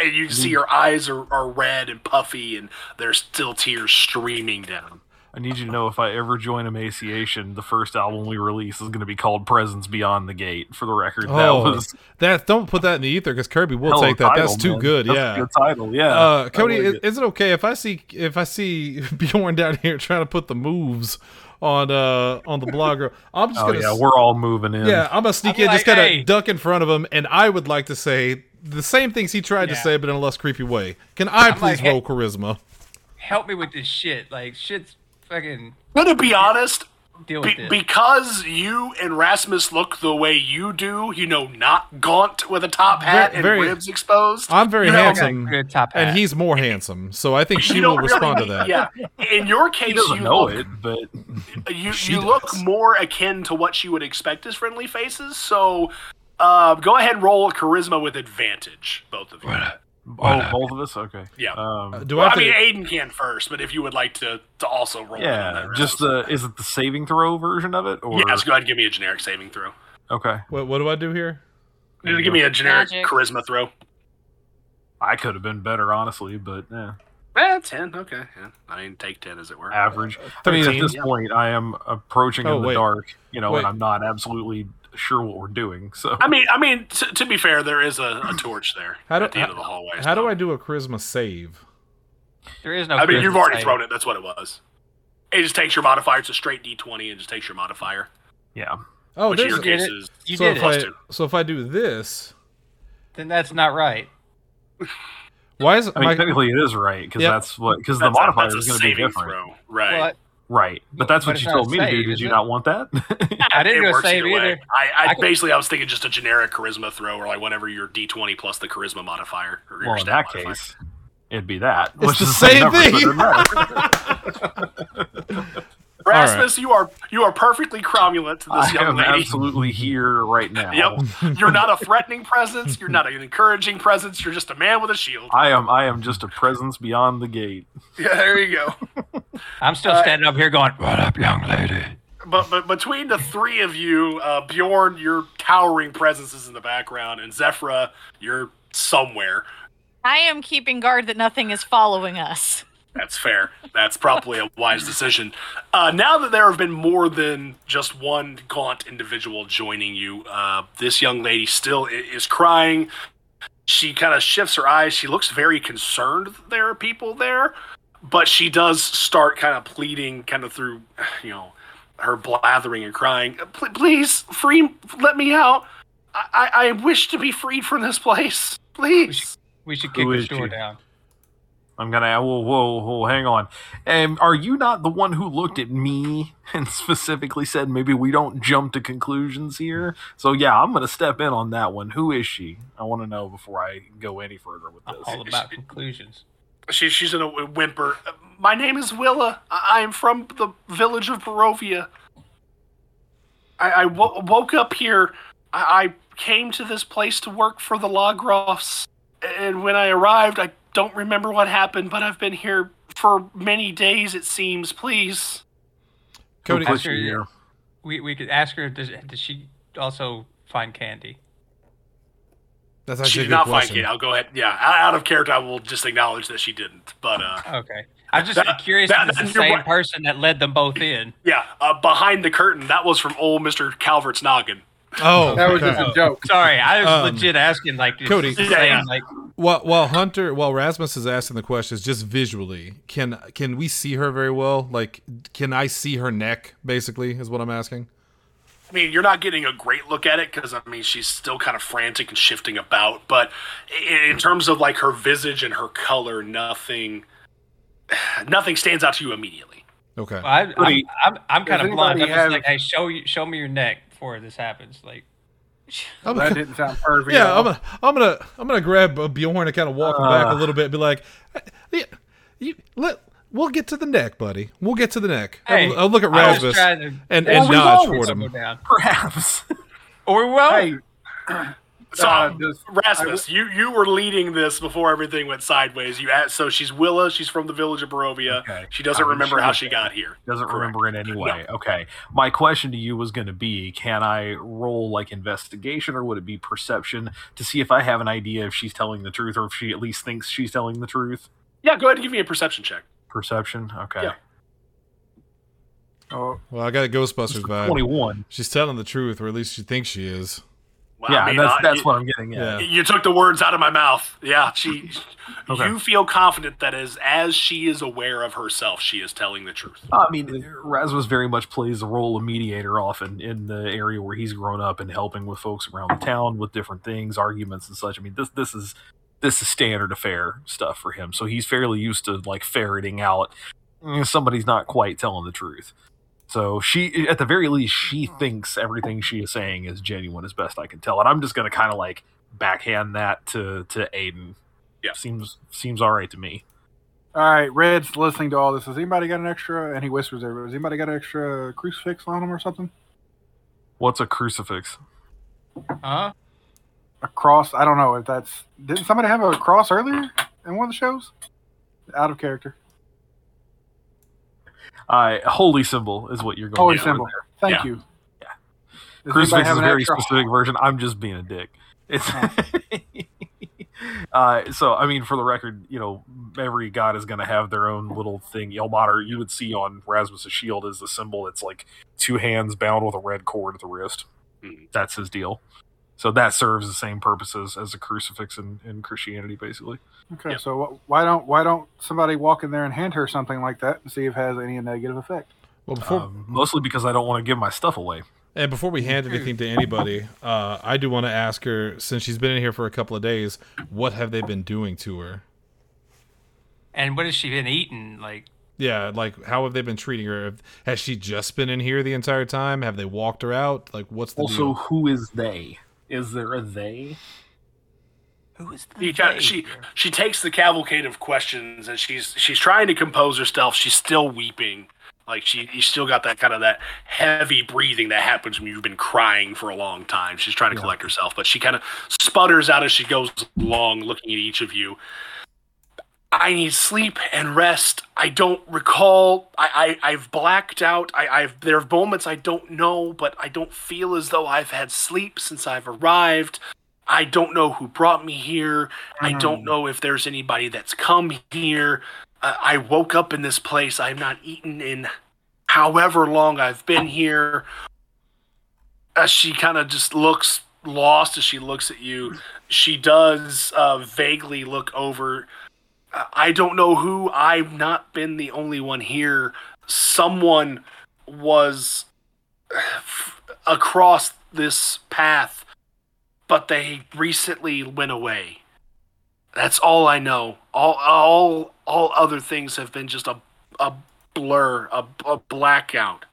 And you see her eyes are, are red and puffy, and there's still tears streaming down.
I need you to know if I ever join Emaciation, the first album we release is going to be called Presence Beyond the Gate. For the record, that
Oh,
was
that don't put that in the ether because Kirby will
hell of a
take that. That's
title,
too
man.
good.
That's
yeah.
a good title. Yeah,
Uh,
I
Cody,
like
is,
it.
is it okay if I see if I see Bjorn down here trying to put the moves on uh on the blogger? I'm just
oh
gonna
yeah,
s-
we're all moving in.
yeah, I'm gonna sneak
I'm
in,
like,
just kind of
"Hey."
duck in front of him, and I would like to say the same things he tried to
Yeah.
say, but in a less creepy way. Can I
I'm like,
please
"Hey."
roll charisma?
Help me with this shit. Like shit's fucking
Gonna be honest,
deal with
Be-
this.
because you and Rasmus look the way you do, you know, not gaunt with a top hat and
very-
ribs exposed.
I'm very
you know,
Okay,
handsome,
good top hat.
and he's more handsome, so I think
you
she
don't
will respond to
really-
that.
Yeah. In your case,
he doesn't
you
know
look,
it, but
you,
She
you look
does.
more akin to what you would expect as friendly faces. So, uh, go ahead and roll charisma with advantage, both of you.
oh, both of us. Okay.
Yeah.
Um,
Uh, Do
Well,
I?
I
Have
mean,
to,
Aiden can first, but if you would like to, to also roll, in on
yeah.
that,
Just
Rasmus.
the is it the saving throw version of it or
yes. Go ahead, and give me a generic saving throw.
okay?
what, what do I do here?
Give me a generic
Magic.
charisma throw.
I could have been better, honestly, but yeah,
Eh, ten. Okay. Yeah. I mean, take ten as it were.
average. I mean, at
13,
this
yeah.
point, I am approaching
Oh,
in the
wait.
dark, you know,
Wait.
and I'm not absolutely sure what we're doing. So
I mean, I mean, t- to be fair, there is a, a torch there
How do-
at the end of the hallway.
How do
so-
I do a charisma save?
there is no.
I mean, you've already thrown
it.
it. That's what it was. It just takes your modifier. It's a straight D20, and just takes your modifier.
yeah,
Oh,
which in your
there's.
did
case
it.
is
You
so if
did it.
I,
Plus two.
so if I do this,
Then that's not right.
why is
I mean,
my,
technically it is right because
Yep.
that's what because the
that's,
modifier
that's a
is going to be
saving
different,
throw, right?
But
right? But that's
But
what
it's
you
not a
told me to do.
save,
Did
is
you
it?
not want that?
I didn't
it
do a
works
save
either way.
either.
I, I,
I could-
basically I was thinking just a generic charisma throw, or like whatever your D20 plus the charisma modifier. Or your
well, in
stat
that
modifier.
case, it'd be that.
It's
which
the
is
same
never- but it
thing.
matters.
right.
Rasmus, you are you are perfectly cromulent to this
I
young
am
lady.
absolutely here right now.
Yep, you're not a threatening presence. You're not an encouraging presence. You're just a man with a shield.
I am. I am just a presence beyond the gate.
Yeah, there you go.
I'm still standing up here going, "What up, young lady?"
But but between the three of you, uh, Bjorn, your towering presence is in the background, and Zephra, you're somewhere.
I am keeping guard that nothing is following us.
That's fair. That's probably a wise decision. Uh, now that there have been more than just one gaunt individual joining you, uh, this young lady still i- is crying. She kind of shifts her eyes. She looks very concerned that there are people there, but she does start kind of pleading, kind of through, you know, her blathering and crying, "Pl- please free, let me out. I, I I wish to be freed from this place. Please.
We should
Who
kick this
is
door
she?
down.
I'm gonna whoa whoa whoa hang on. Um, are you not the one who looked at me and specifically said maybe we don't jump to conclusions here? So yeah, I'm gonna step in on that one. Who is she? I want to know before I go any further with
I'm
this.
all about conclusions.
She, she's in a wh- whimper. My name is Willa. I I am from the village of Barovia. I, I wo- woke up here. I, I came to this place to work for the Logrofs. And when I arrived, I don't remember what happened, but I've been here for many days, it seems. Please.
Cody,
Who put
Sure,
you
yeah.
here?
We we could ask her. Does, does she also find candy?
that's
she
actually a
did
good
not
question.
find it. I'll go ahead. Yeah, out out of character, I will just acknowledge that she didn't. But uh,
Okay. I'm just
That-
curious
that-
if it's the
that- you're
same
right.
person that led them both in.
yeah, uh, behind the curtain, that was from old Mister Calvert's noggin.
Oh,
That was
okay.
just a joke.
Sorry, I was
Um,
legit asking like this
Cody.
Cody. Same,
Yeah, yeah.
like
While while Hunter while Rasmus is asking the questions, just visually, can can we see her very well? Like, can I see her neck? Basically, is what I'm asking.
I mean, you're not getting a great look at it because I mean she's still kind of frantic and shifting about. But i- in terms of like her visage and her color, nothing, nothing stands out to you immediately.
Okay.
I, I'm,
Cody,
I'm, I'm kind
does
of blind.
anybody
I'm just
have-
like, hey, show you, show me your neck before this happens. Like,
I'm-
That didn't sound perfect. at
yeah, I'm
all.
gonna I'm gonna I'm gonna grab uh, Bjorn and kind of walk him
Uh.
back a little bit, and be like, yeah, you, let, we'll get to the neck, buddy. Well get to the neck.
Hey,
I'll, I'll look at
I was
Rasmus
trying to-
and
Well,
and
we
nod
always
toward
go
him.
down.
Perhaps.
Or we won't.
Hey,
So
Uh, does-
Rasmus, you you were leading this before everything went sideways. You asked, so she's Willa. She's from the village of Barovia.
Okay.
She doesn't
I'm
remember
sure
how
of
she got here.
Doesn't remember it anyway. Okay. My question to you was going to be can I roll like investigation or would it be perception to see if I have an idea if she's telling the truth or if she at least thinks she's telling the truth?
Yeah, go ahead and give me a perception check.
Perception? Okay.
Yeah.
oh,
Well, I got a Ghostbusters vibe.
21.
She's telling the truth, or at least she thinks she is.
Well,
yeah,
I mean,
that's,
uh,
that's
you,
what I'm getting at.
Yeah.
you took the words out of my mouth. Yeah, she.
Okay.
You feel confident that as as she is aware of herself, she is telling the truth.
I mean, Rasmus very much plays the role of mediator often in the area where he's grown up and helping with folks around the town with different things, arguments and such. I mean, this this is this is standard affair stuff for him. So he's fairly used to like ferreting out mm, somebody's not quite telling the truth. So she, at the very least, she thinks everything she is saying is genuine, as best I can tell. And I'm just gonna kind of like backhand that to to Aiden.
Yeah.
seems seems all right to me.
all right. Red's listening to all this. Has anybody got an extra? And he whispers there. Has anybody got an extra crucifix on him or something?
What's a crucifix?
Huh?
A cross? I don't know if that's. Didn't somebody have a cross earlier in one of the shows? Out of character.
Uh, holy symbol is what you're going.
Holy
for
symbol.
there.
Thank
Yeah.
you. Does anybody
Crucifix
have
is a
an
very
extra-
specific version. I'm just being a dick. It's. Uh, so I mean, for the record, you know, every god is going to have their own little thing. Yelmater, you would see on Rasmus's shield is the symbol. It's like two hands bound with a red cord at the wrist.
Mhm.
That's his deal. So that serves the same purposes as a crucifix in, in Christianity, basically.
Okay,
Yeah.
so wh- why don't why don't somebody walk in there and hand her something like that and see if it has any negative effect?
Well, before
Um, mostly because I don't want to give my stuff away.
And before we hand anything to anybody, uh, I do want to ask her since she's been in here for a couple of days, what have they been doing to her?
And what has she been eating? Like,
Yeah, like how have they been treating her? Has she just been in here the entire time? Have they walked her out? Like, what's the
Also,
deal?
who is they? Is there a they?
who is the
You ca-
they?
she she takes the cavalcade of questions and she's she's trying to compose herself. She's still weeping, like she you still got that kind of that heavy breathing that happens when you've been crying for a long time. She's trying to collect herself, but she kind of sputters out as she goes along, looking at each of you. I need sleep and rest. I don't recall. I, I I've blacked out. I, I've there are moments I don't know, but I don't feel as though I've had sleep since I've arrived. I don't know who brought me here. I don't know if there's anybody that's come here. Uh, I woke up in this place. I've not eaten in however long I've been here. As she kind of just looks lost as she looks at you, she does uh, vaguely look over. Uh, I don't know who. I've not been the only one here. Someone was across this path, but they recently went away. That's all I know. All all all other things have been just a a blur, a, a blackout.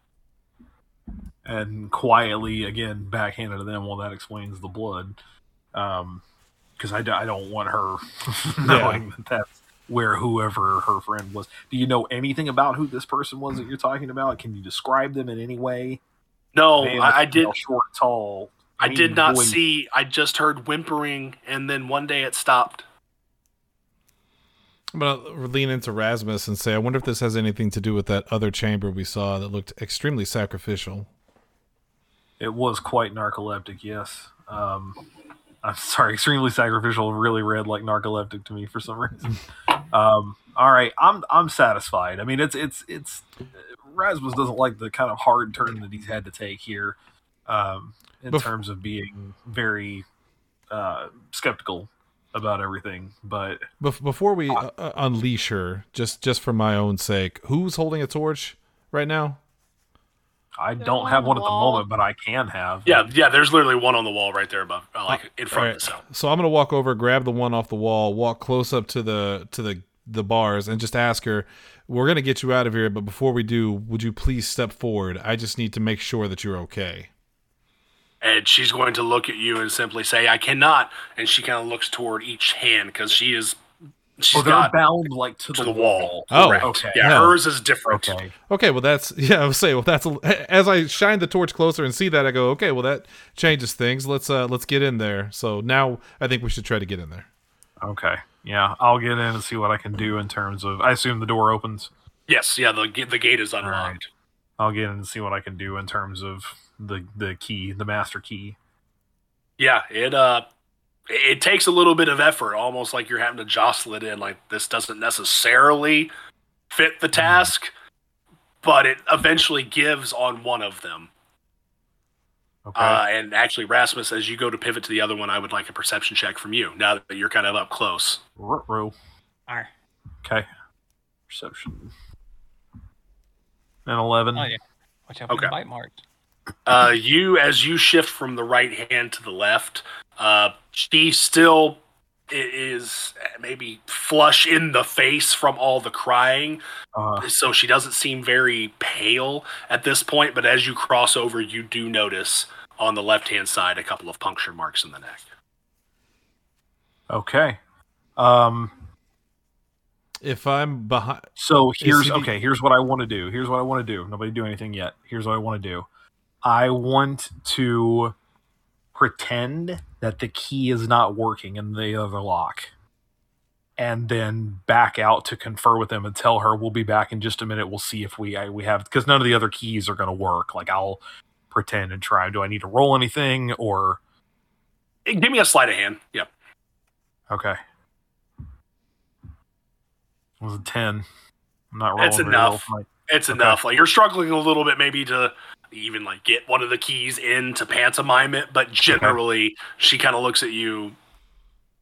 and quietly again backhanded to them. Well, that explains the blood, Um 'cause because I, d- I don't want her knowing that that's where whoever her friend was. Do you know anything about who this person was that you're talking about? Can you describe them in any way?
No,
Man,
Oh, I, I
that's
did.
real Short, tall.
I
mean
did not
voice.
see. I just heard whimpering, and then one day it stopped.
I'm gonna lean into Rasmus and say, I wonder if this has anything to do with that other chamber we saw that looked extremely sacrificial.
It was quite narcoleptic. Yes. Um, I'm sorry. Extremely sacrificial. Really read like narcoleptic to me for some reason. Um, all right. I'm I'm satisfied. I mean, it's it's it's. Rasmus doesn't like the kind of hard turn that he's had to take here, um, in
Bef-
terms of being very uh, skeptical about everything. But
Bef- before we uh, uh, unleash her, just just for my own sake, who's holding a torch right now?
I
There's
don't
one
have
on
one
the
at the
wall.
moment, but I can have.
Yeah, yeah. There's literally one on the wall right there above, uh, like in front of the cell.
So I'm gonna walk over, grab the one off the wall, walk close up to the to the the bars, and just ask her, "We're gonna get you out of here, but before we do, would you please step forward? I just need to make sure that you're okay."
And she's going to look at you and simply say, "I cannot." And she kind of looks toward each hand because she is she's
Oh, they're
got
bound like to,
to
the
the wall.
Oh,
Correct.
okay.
Yeah,
No.
hers is different.
Okay.
Okay, well that's yeah. I was saying, well that's a, as I shine the torch closer and see that I go, okay, well that changes things. Let's uh let's get in there. So now I think we should try to get in there.
Okay. Yeah, I'll get in and see what I can do in terms of. I assume the door opens.
Yes. Yeah. The ga- the gate is unlocked.
right. I'll get in and see what I can do in terms of the the key, the master key.
Yeah. It uh. It takes a little bit of effort, almost like you're having to jostle it in. Like this doesn't necessarily fit the task, but it eventually gives on one of them.
Okay.
Uh, and actually, Rasmus, as you go to pivot to the other one, I would like a perception check from you now that you're kind of up close.
Ruh-roh.
Arr.
Okay. Perception. And eleven.
Mm.
Oh yeah. Watch out for
Okay.
the bite marks.
Uh, you, as you shift from the right hand to the left, uh, she still i- is maybe flush in the face from all the crying,
Uh,
so she doesn't seem very pale at this point. But as you cross over, you do notice on the left hand side a couple of puncture marks in the neck.
okay. Um.
If I'm behind,
So here's
he-
okay. Here's what I want to do. Here's what I want to do. Nobody do anything yet. Here's what I want to do. I want to pretend that the key is not working in the other lock, and then back out to confer with them and tell her we'll be back in just a minute. We'll see if we I, we have because none of the other keys are going to work. Like I'll pretend and try. Do I need to roll anything or
Eh, Give me a sleight of hand. Yep.
okay? It was a ten. I'm not rolling.
That's
very well
enough.
for my-
it's
Okay.
enough. Like you're struggling a little bit maybe to even like get one of the keys in to pantomime it, but generally she kind of looks at you.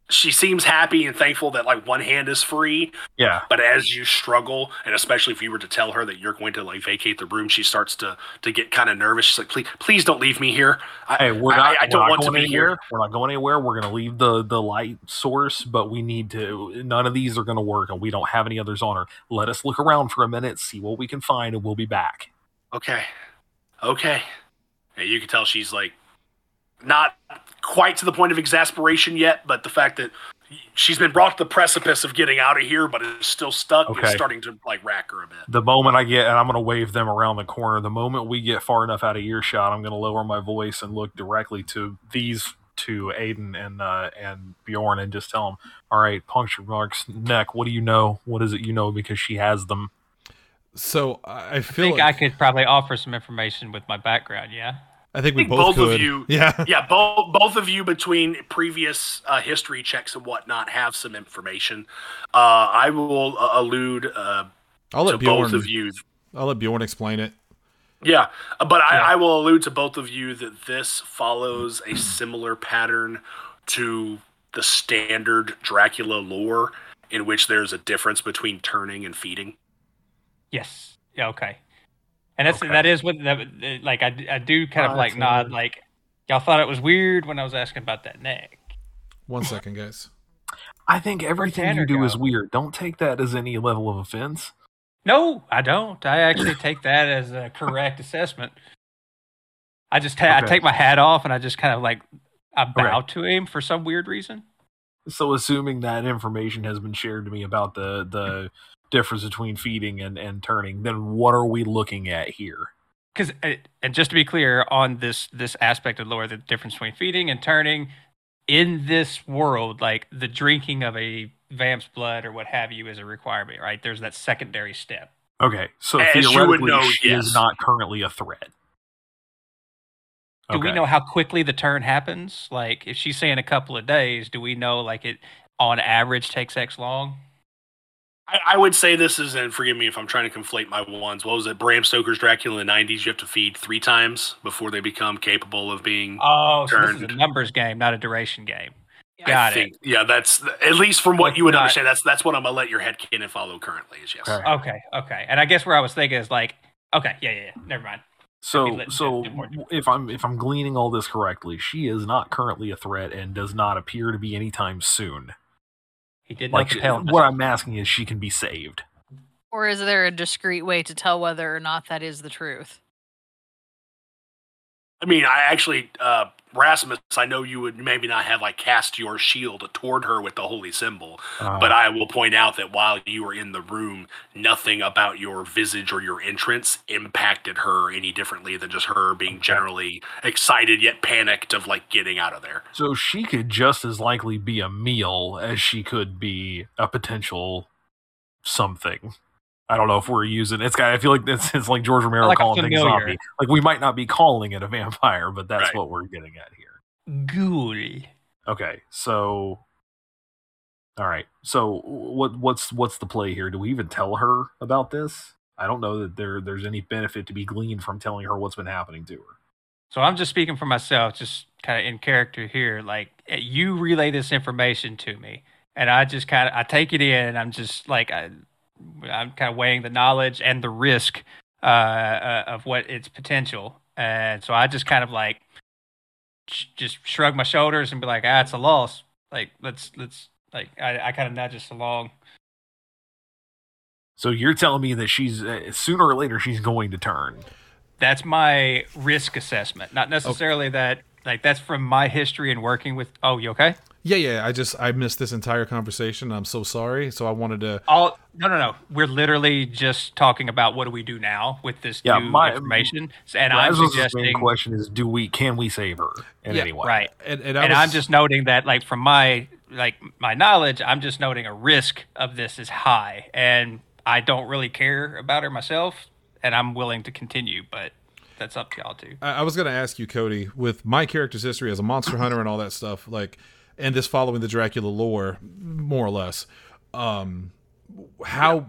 She seems happy and thankful that like one hand is free,
Yeah.
but as you struggle, and especially if you were to tell her that you're going to like vacate the room, she starts to to get kind of nervous. She's like, "Please, please don't leave me here. I,
Hey, we're
I-
not.
I don't
we're not
want to
going
be
anywhere.
here.
We're not going anywhere. We're going to leave the the light source, but we need to. None of these are going to work, and we don't have any others on her. Let us look around for a minute, see what we can find, and we'll be back.
Okay. Okay. And you can tell she's like not quite to the point of exasperation yet, but the fact that she's been brought to the precipice of getting out of here, but is still stuck
Okay.
is starting to like rack her a bit.
The moment I get, and I'm going to wave them around the corner. The moment we get far enough out of earshot, I'm going to lower my voice and look directly to these two, Aiden and uh, and Bjorn, and just tell them, "All right, puncture marks, neck. What do you know? What is it you know? Because she has them."
so I I feel
I think
like,
I could probably offer some information with my background, yeah?
I think we
think
both,
both of
could.
you-
Yeah.
Yeah, both both of you between previous uh, history checks and whatnot have some information. Uh, I will uh, allude uh,
I'll
to
let Bjorn.
both of you
I'll let Bjorn explain it.
Yeah, uh, but I, I will allude to both of you that this follows a similar pattern to the standard Dracula lore, in which there's a difference between turning and feeding.
Yes. Yeah, okay. And that's that is what that, like I, I do kind of
Oh,
like
that's
nod
weird.
like y'all thought it was weird when I was asking about that neck.
One second, guys.
I think everything
Tanner
you do is
go?
weird. Don't take that as any level of offense.
No, I don't. I actually take that as a correct assessment. I just ta- I
Okay.
take my hat off and I just kind of like I bow to him for some weird reason.
So assuming that information has been shared to me about the the difference between feeding and, and turning, then what are we looking at here?
because and just to be clear on this this aspect of lore the difference between feeding and turning in this world like the drinking of a vamp's blood or what have you is a requirement right there's that secondary step
Okay, so
As you would
theoretically,
know,
she
yes.
is not currently a threat.
do we know how quickly the turn happens like if she's saying a couple of days do we know like it on average takes x long
I, I would say this is, and forgive me if I'm trying to conflate my ones. What was it? Bram Stoker's Dracula in the 90s. You have to feed three times before they become capable of being.
oh so this is a
Turned.
numbers game not a duration game
I
got it
think- Yeah, that's at least from what
Like
you would
not-
understand. That's that's what I'm gonna let your head can and follow currently is yes.
Okay.
okay okay and i guess where i was thinking is like okay yeah yeah, yeah never mind
So,
let-
so
do more.
if I'm if I'm gleaning all this correctly, she is not currently a threat and does not appear to be anytime soon.
he did
Like
not compel us.
what I'm asking is, she can be saved.
Or is there a discreet way to tell whether or not that is the truth?
I mean, I actually, uh, Rasmus, I know you would maybe not have like cast your shield toward her with the holy symbol,
Uh,
but I will point out that while you were in the room, nothing about your visage or your entrance impacted her any differently than just her being generally excited yet panicked of like getting out of there.
so she could just as likely be a meal as she could be a potential something. I don't know if we're using it's got I feel like it's, it's like George Romero
Like a
calling things
familiar.
zombie. Like we might not be calling it a vampire, but that's
Right.
what we're getting at here.
ghoul.
Okay, so all right. So what what's what's the play here? Do we even tell her about this? I don't know that there there's any benefit to be gleaned from telling her what's been happening to her.
So I'm just speaking for myself, just kind of in character here. Like eh, you relay this information to me, and I just kind of I take it in, and I'm just like I, I'm kind of weighing the knowledge and the risk uh, uh, of what its potential, and so I just kind of like sh- just shrug my shoulders and be like, ah, it's a loss. Like let's let's like I, I kind of nudge us along.
So you're telling me that she's uh, sooner or later she's going to turn.
that's my risk assessment not necessarily that like that's from my history and working with oh you okay
Yeah, yeah. I just I missed this entire conversation. I'm so sorry. So I wanted to.
all no no no we're literally just talking about what do we do now with this
Yeah,
new
my-
information and i'm
Lazarus's main
suggesting
question is do we can we save her in
Yeah,
any way?
right
And, and, I
and
was-
i'm just noting that like from my like my knowledge i'm just noting a risk of this is high and i don't really care about her myself and i'm willing to continue but that's up to y'all too
I, I was going to ask you, Cody, with my character's history as a monster hunter and all that stuff, like, and this following the Dracula lore, more or less, um, how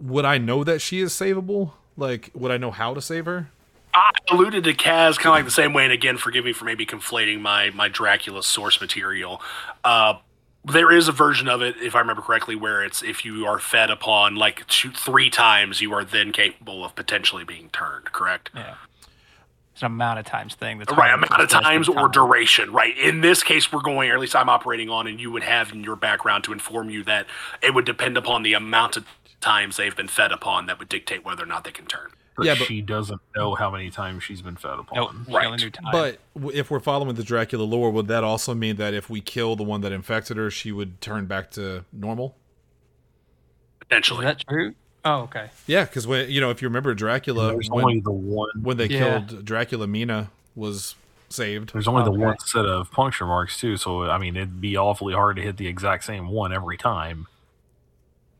would I know that she is savable? Like, would I know how to save her?
I alluded to Kaz kind of like the same way, and again, forgive me for maybe conflating my my Dracula source material. Uh, there is a version of it, if I remember correctly, where it's if you are fed upon like two, three times, you are then capable of potentially being turned. Correct?
yeah it's an amount of times thing that's
Right,
hard to
amount of
assess the
times or
time.
duration. Right. In this case, we're going, or at least I'm operating on, and you would have in your background to inform you that it would depend upon the amount of times they've been fed upon that would dictate whether or not they can turn.
But
Yeah, but-
she doesn't know how many times she's been fed upon.
Nope, she
Right.
only knew time.
But w- if we're following the Dracula lore, would that also mean that if we kill the one that infected her, she would turn back to normal?
is
Potentially.
that true? Oh, okay.
Yeah, because when you know, if you remember Dracula,
There's
when,
only the one
when they
Yeah.
killed Dracula, Mina was saved.
There's only the
Okay.
one set of puncture marks too, so I mean it'd be awfully hard to hit the exact same one every time.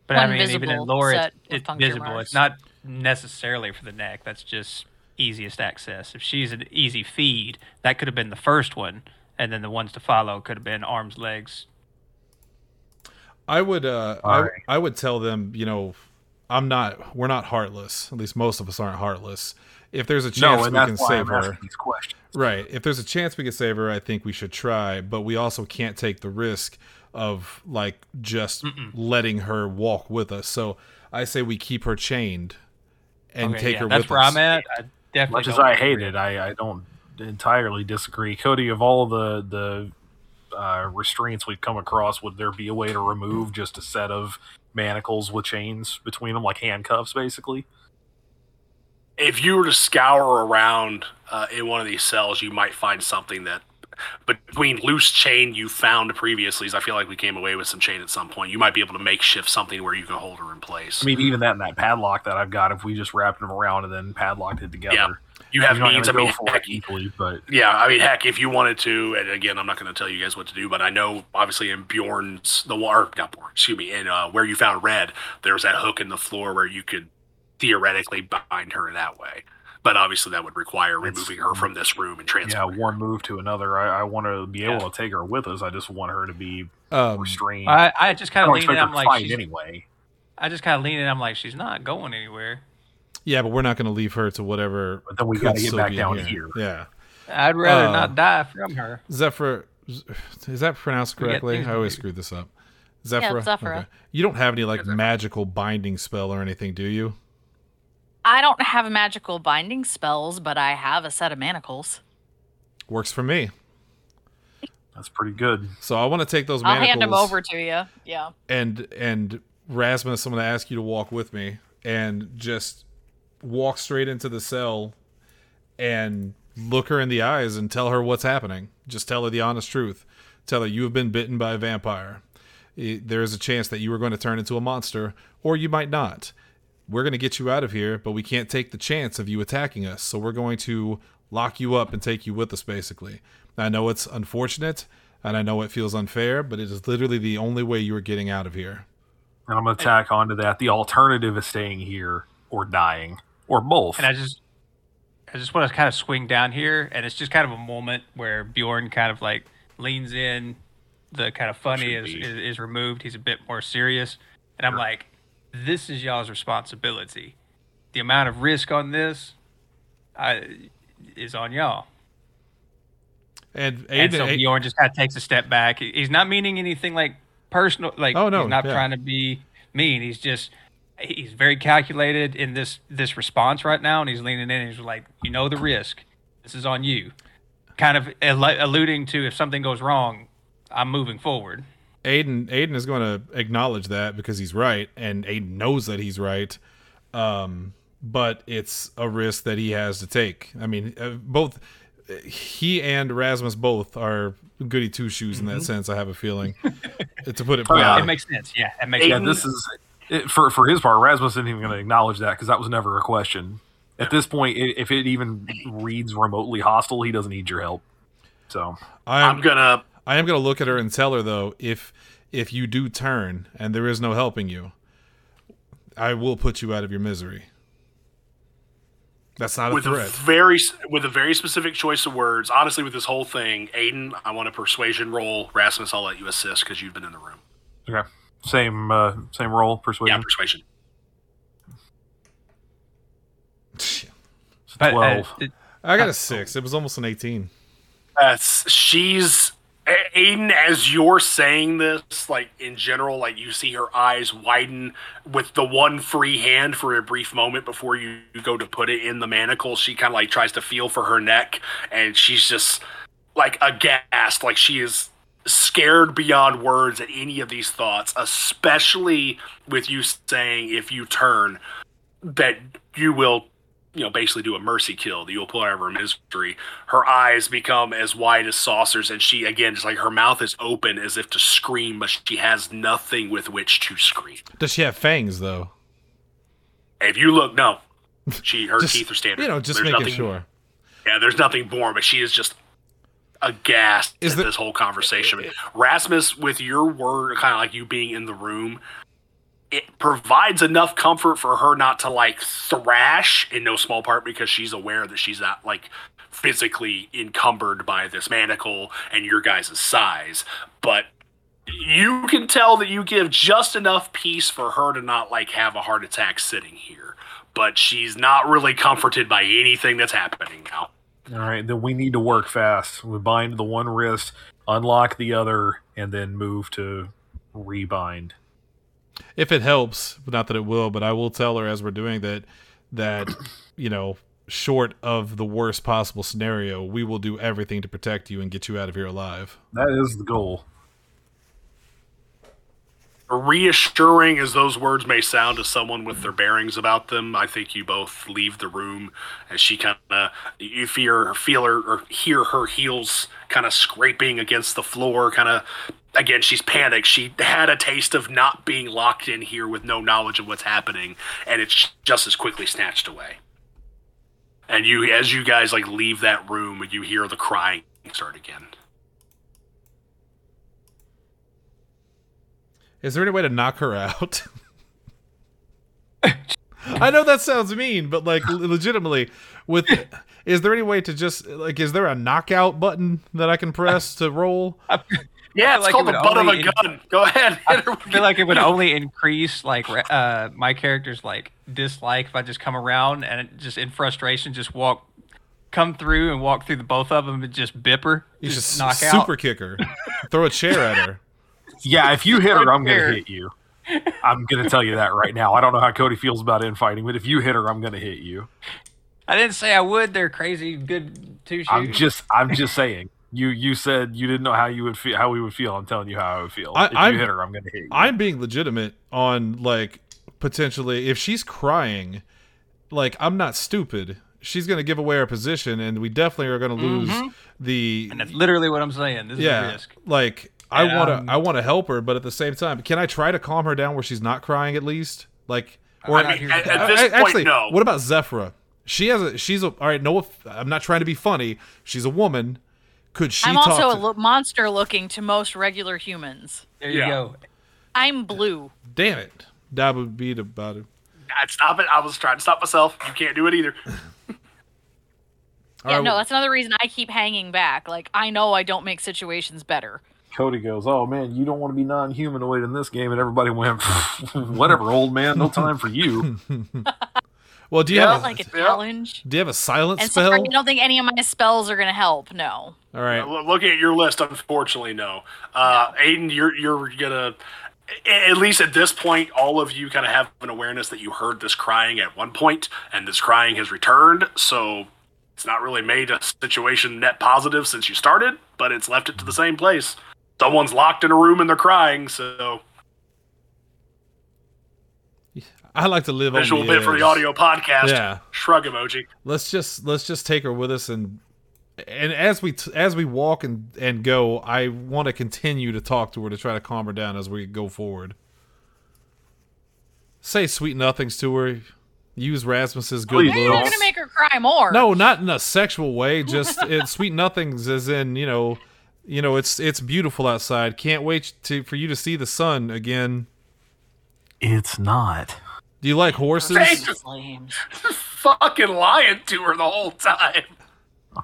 But I
One
mean, even in
visible
lore, it's,
set with
it's
puncture
visible.
marks.
It's not necessarily for the neck. That's just easiest access. If she's an easy feed, that could have been the first one, and then the ones to follow could have been arms, legs.
I would uh I,
Alright.
I would tell them, you know, I'm not we're not heartless. At least most of us aren't heartless. If there's a chance
no, and
we
that's
can
why
save
I'm asking
her.
these questions.
Right. If there's a chance we can save her, I think we should try, but we also can't take the risk of like just letting her walk with us. So I say we keep her chained and
Okay,
take
yeah,
her
that's
with
where
us.
I'm at. I definitely
much as
don't
I
agree.
hate it, I, I don't entirely disagree. Cody, of all the the uh, restraints we've come across, would there be a way to remove just a set of manacles with chains between them, like handcuffs, basically?
if you were to scour around uh, in one of these cells, you might find something that between loose chain you found previously. 'cause I feel like we came away with some chain at some point. You might be able to make shift something where you can hold her in place.
I mean, even that and that padlock that I've got, if we just wrapped them around and then padlocked it together,
Yeah, you
we're
have
not
means. I
gonna go
mean,
for it
heck,
equally, but
yeah, I mean, heck, if you wanted to, and again, I'm not going to tell you guys what to do, but I know obviously in Bjorn's the war, not Bjorn, excuse me, in uh, where you found Red, there's that hook in the floor where you could theoretically bind her that way. But obviously, that would require
That's-
removing her from this room and
yeah,
transferring.
one move to another. I, I want to be able to take her with us. I just want her to be
Um,
restrained. I,
I, I just kind of
don't expect
lean in.
her
I'm
to
like,
fight
she's,
anyway.
I just kind of lean in. I'm like, she's not going anywhere.
yeah, but we're not going to leave her to whatever.
But then we
could
got to get
still
back
be
down
in
here.
Yeah,
I'd rather
Uh,
not die from her.
Zephyr. Is that pronounced
We got
correctly?
things
I
to
always
do.
screw this up. Zephyr.
Zephyr.
You don't have any like magical binding spell or anything, do you?
I don't have magical binding spells, but I have a set of manacles.
Works for me.
That's pretty good.
So I want to take those
I'll
manacles.
hand them over to you. Yeah.
and and Rasmus, I'm going to ask you to walk with me and just walk straight into the cell and look her in the eyes and tell her what's happening. Just tell her the honest truth. Tell her you have been bitten by a vampire. I- There is a chance that you are going to turn into a monster, or you might not. We're going to get you out of here, but we can't take the chance of you attacking us. So we're going to lock you up and take you with us, basically. I know it's unfortunate, and I know it feels unfair, but it is literally the only way you are getting out of here.
And I'm going to tack onto that. The alternative is staying here or dying or both.
And I just, I just want to kind of swing down here, and it's just kind of a moment where Bjorn kind of like leans in. The kind of funny
Should
is,
be.
is is removed. He's a bit more serious, and I'm like, this is y'all's responsibility. The amount of risk on this, I, is on y'all.
And
and
Aiden,
so
A-
Bjorn just kind of takes a step back. He- He's not meaning anything like personal. Like,
Oh, no,
he's not
yeah.
trying to be mean. He's just he's very calculated in this this response right now, and he's leaning in. And he's like, you know the risk. This is on you. Kind of al- alluding to if something goes wrong, I'm moving forward.
Aiden Aiden is going to acknowledge that because he's right, and Aiden knows that he's right. Um, but it's a risk that he has to take. I mean, uh, both he and Rasmus both are goody two shoes in that sense. I have a feeling, to put it
Oh, yeah.
Mm-hmm. it
plainly.
makes sense. Yeah, it makes
yeah,
sense.
this is it, for for his part. Rasmus isn't even going to acknowledge that because that was never a question. At this point, i if it even reads remotely hostile, he doesn't need your help. So
I'm,
I'm going to
I am going to look at her and tell her though, if if you do turn and there is no helping you, I will put you out of your misery. That's not a
with a
threat.
very with a very specific choice of words. Honestly, with this whole thing, Aiden, I want a persuasion roll. Rasmus, I'll let you assist because you've been in the room.
okay, same uh, same role
Yeah,
Mm-hmm.
persuasion.
persuasion.
It's
But, uh,
Twelve.
th-
I got a six. It was almost an eighteen.
That's she's A- Aiden. As you're saying this, like in general, like you see her eyes widen with the one free hand for a brief moment before you you go to put it in the manacle. She kind of like tries to feel for her neck, and she's just like aghast, like she is scared beyond words at any of these thoughts, especially with you saying if you turn that you will you know basically do a mercy kill that you'll pull out of her misery her eyes become as wide as saucers and she again just like her mouth is open as if to scream but she has nothing with which to scream
Does she have fangs though?
if you look no she her
Just-
teeth are standard
You know, just
There's
making
nothing-
sure.
yeah there's nothing born but she is just aghast
Is
at
there-
this whole conversation rasmus with your word kind of like you being in the room it provides enough comfort for her not to like thrash in no small part because she's aware that she's not like physically encumbered by this manacle and your guys' size but you can tell that you give just enough peace for her to not like have a heart attack sitting here but she's not really comforted by anything that's happening now
All right, then we need to work fast. We bind the one wrist, unlock the other, and then move to rebind.
If it helps, but not that it will, but I will tell her as we're doing that that you know short of the worst possible scenario we will do everything to protect you and get you out of here alive
That is the goal.
reassuring as those words may sound to someone with their bearings about them i think you both leave the room as she kind of you fear feel her or hear her heels kind of scraping against the floor kind of again she's panicked she had a taste of not being locked in here with no knowledge of what's happening and it's just as quickly snatched away and you as you guys like leave that room you hear the crying start again
is there any way to knock her out i know that sounds mean but like le- legitimately with is there any way to just like is there a knockout button that i can press to roll
yeah it's
like
called
it
the
would
butt of
only
a gun go ahead hit her
I feel like it would only increase like re- uh, my character's like dislike if I just come around and just in frustration just walk, come through and walk through the both of them and just bip her,
you should
just
s-
knock out.
super kick her throw a chair at her
Yeah, if you hit her, I'm
Fair.
gonna hit you. I'm gonna tell you that right now. I don't know how Cody feels about infighting, but if you hit her, I'm gonna hit you.
I didn't say I would. They're crazy good two
I'm
shoes.
just I'm just saying. You you said you didn't know how you would feel how we would feel. I'm telling you how I would feel.
I-
if
I'm-
you hit her, I'm gonna hit you.
I'm being legitimate on like potentially if she's crying, like I'm not stupid. She's gonna give away our position, and we definitely are gonna lose the
Mm-hmm. and that's literally what I'm saying. This is a
yeah.
risk.
Like I
And,
wanna
um,
I wanna help her, but at the same time, can I try to calm her down where she's not crying at least? Like or
I'm not here for
at-
that.
at this
I- I-
point,
actually,
no.
What about Zephyra? She has a she's a all right. No, off- I'm not trying to be funny. She's a woman. Could she
I'm
talk?
also a
to-
lo- monster looking to most regular humans.
There you
Yeah.
go.
I'm blue.
Damn it, that would be about it.
God, stop it. I was trying to stop myself. You can't do it either.
All
yeah,
right,
no, that's another reason I keep hanging back. Like I know I don't make situations better.
Cody goes, Oh man, you don't want to be non humanoid in this game and everybody went whatever, old man, no time for you.
well, do you
Yeah,
have a,
Like a
Yeah.
challenge.
do you have a silent
And
spell?
so I don't think any of my spells are gonna help. No.
All right.
Lo- Looking at your list, unfortunately, no. Uh, Aiden, you're you're gonna. a- At least at this point, all of you kind of have an awareness that you heard this crying at one point, and this crying has returned. So it's not really made a situation net positive since you started, but it's left it to the same place. Someone's locked in a room and they're crying. So
I like to live
visual
on the
bit for the
edge.
audio podcast.
Oh, Yeah.
Shrug emoji.
Let's just let's just take her with us and and as we t- as we walk and and go, I want to continue to talk to her to try to calm her down as we go forward. Say sweet nothings to her. Use Rasmus's good
Please
Maybe they're
don't.
looks.
gonna make her cry more.
No, not in a sexual way. Just it, sweet nothings, as in you know, you know, it's it's beautiful outside. Can't wait to for you to see the sun again.
It's not.
Do you like horses?
Thank you. fucking lying to her the whole time.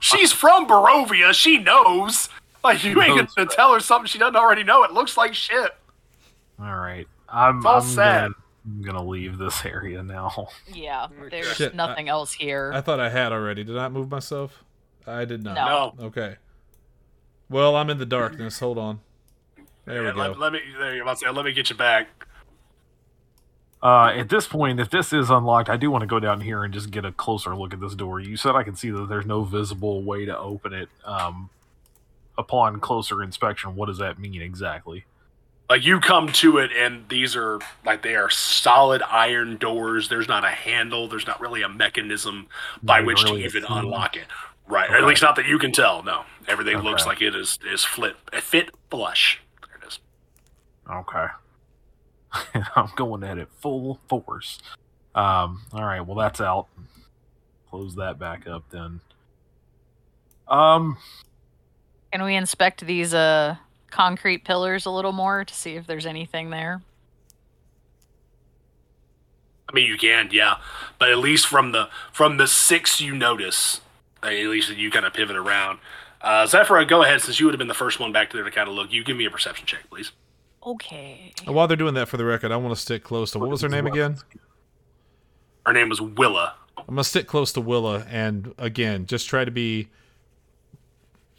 She's from Barovia. She knows. Like you ain't
Knows.
gonna tell her something she doesn't already know. It looks like shit.
All right. I'm,
all
I'm
sad.
Gonna, I'm gonna leave this area now.
Yeah. There's
Shit, I-
nothing else here.
I thought I had already. Did I move myself? I did not.
No.
No.
Okay. Well, I'm in the darkness. Hold on. There we
Yeah,
go.
let, let me. There you go. I'll say, Let me get you back.
Uh, at this point, if this is unlocked, I do want to go down here and just get a closer look at this door. You said I can see that there's no visible way to open it. Um, upon closer inspection, what does that mean exactly?
Like you come to it, and these are like they are solid iron doors. There's not a handle. There's not really a mechanism by
Not
which
really
to
a
even
key.
unlock it. Right. At
Okay.
least not that you can tell. No. Everything looks
Okay.
like it is is flip fit flush. There it is.
Okay. I'm going at it full force. Um, all right, well that's out. Close that back up then. Um,
Can we inspect these uh concrete pillars a little more to see if there's anything there?
I mean, you can, yeah, but at least from the from the six you notice, uh, at least you kind of pivot around. Uh, Zephyr, go ahead, since you would have been the first one back there to kind of look. You give me a perception check, please.
Okay.
And While they're doing that for the record, I want to stick close to what was her name again?
Her name was Willa.
I'm gonna stick close to Willa and again just try to be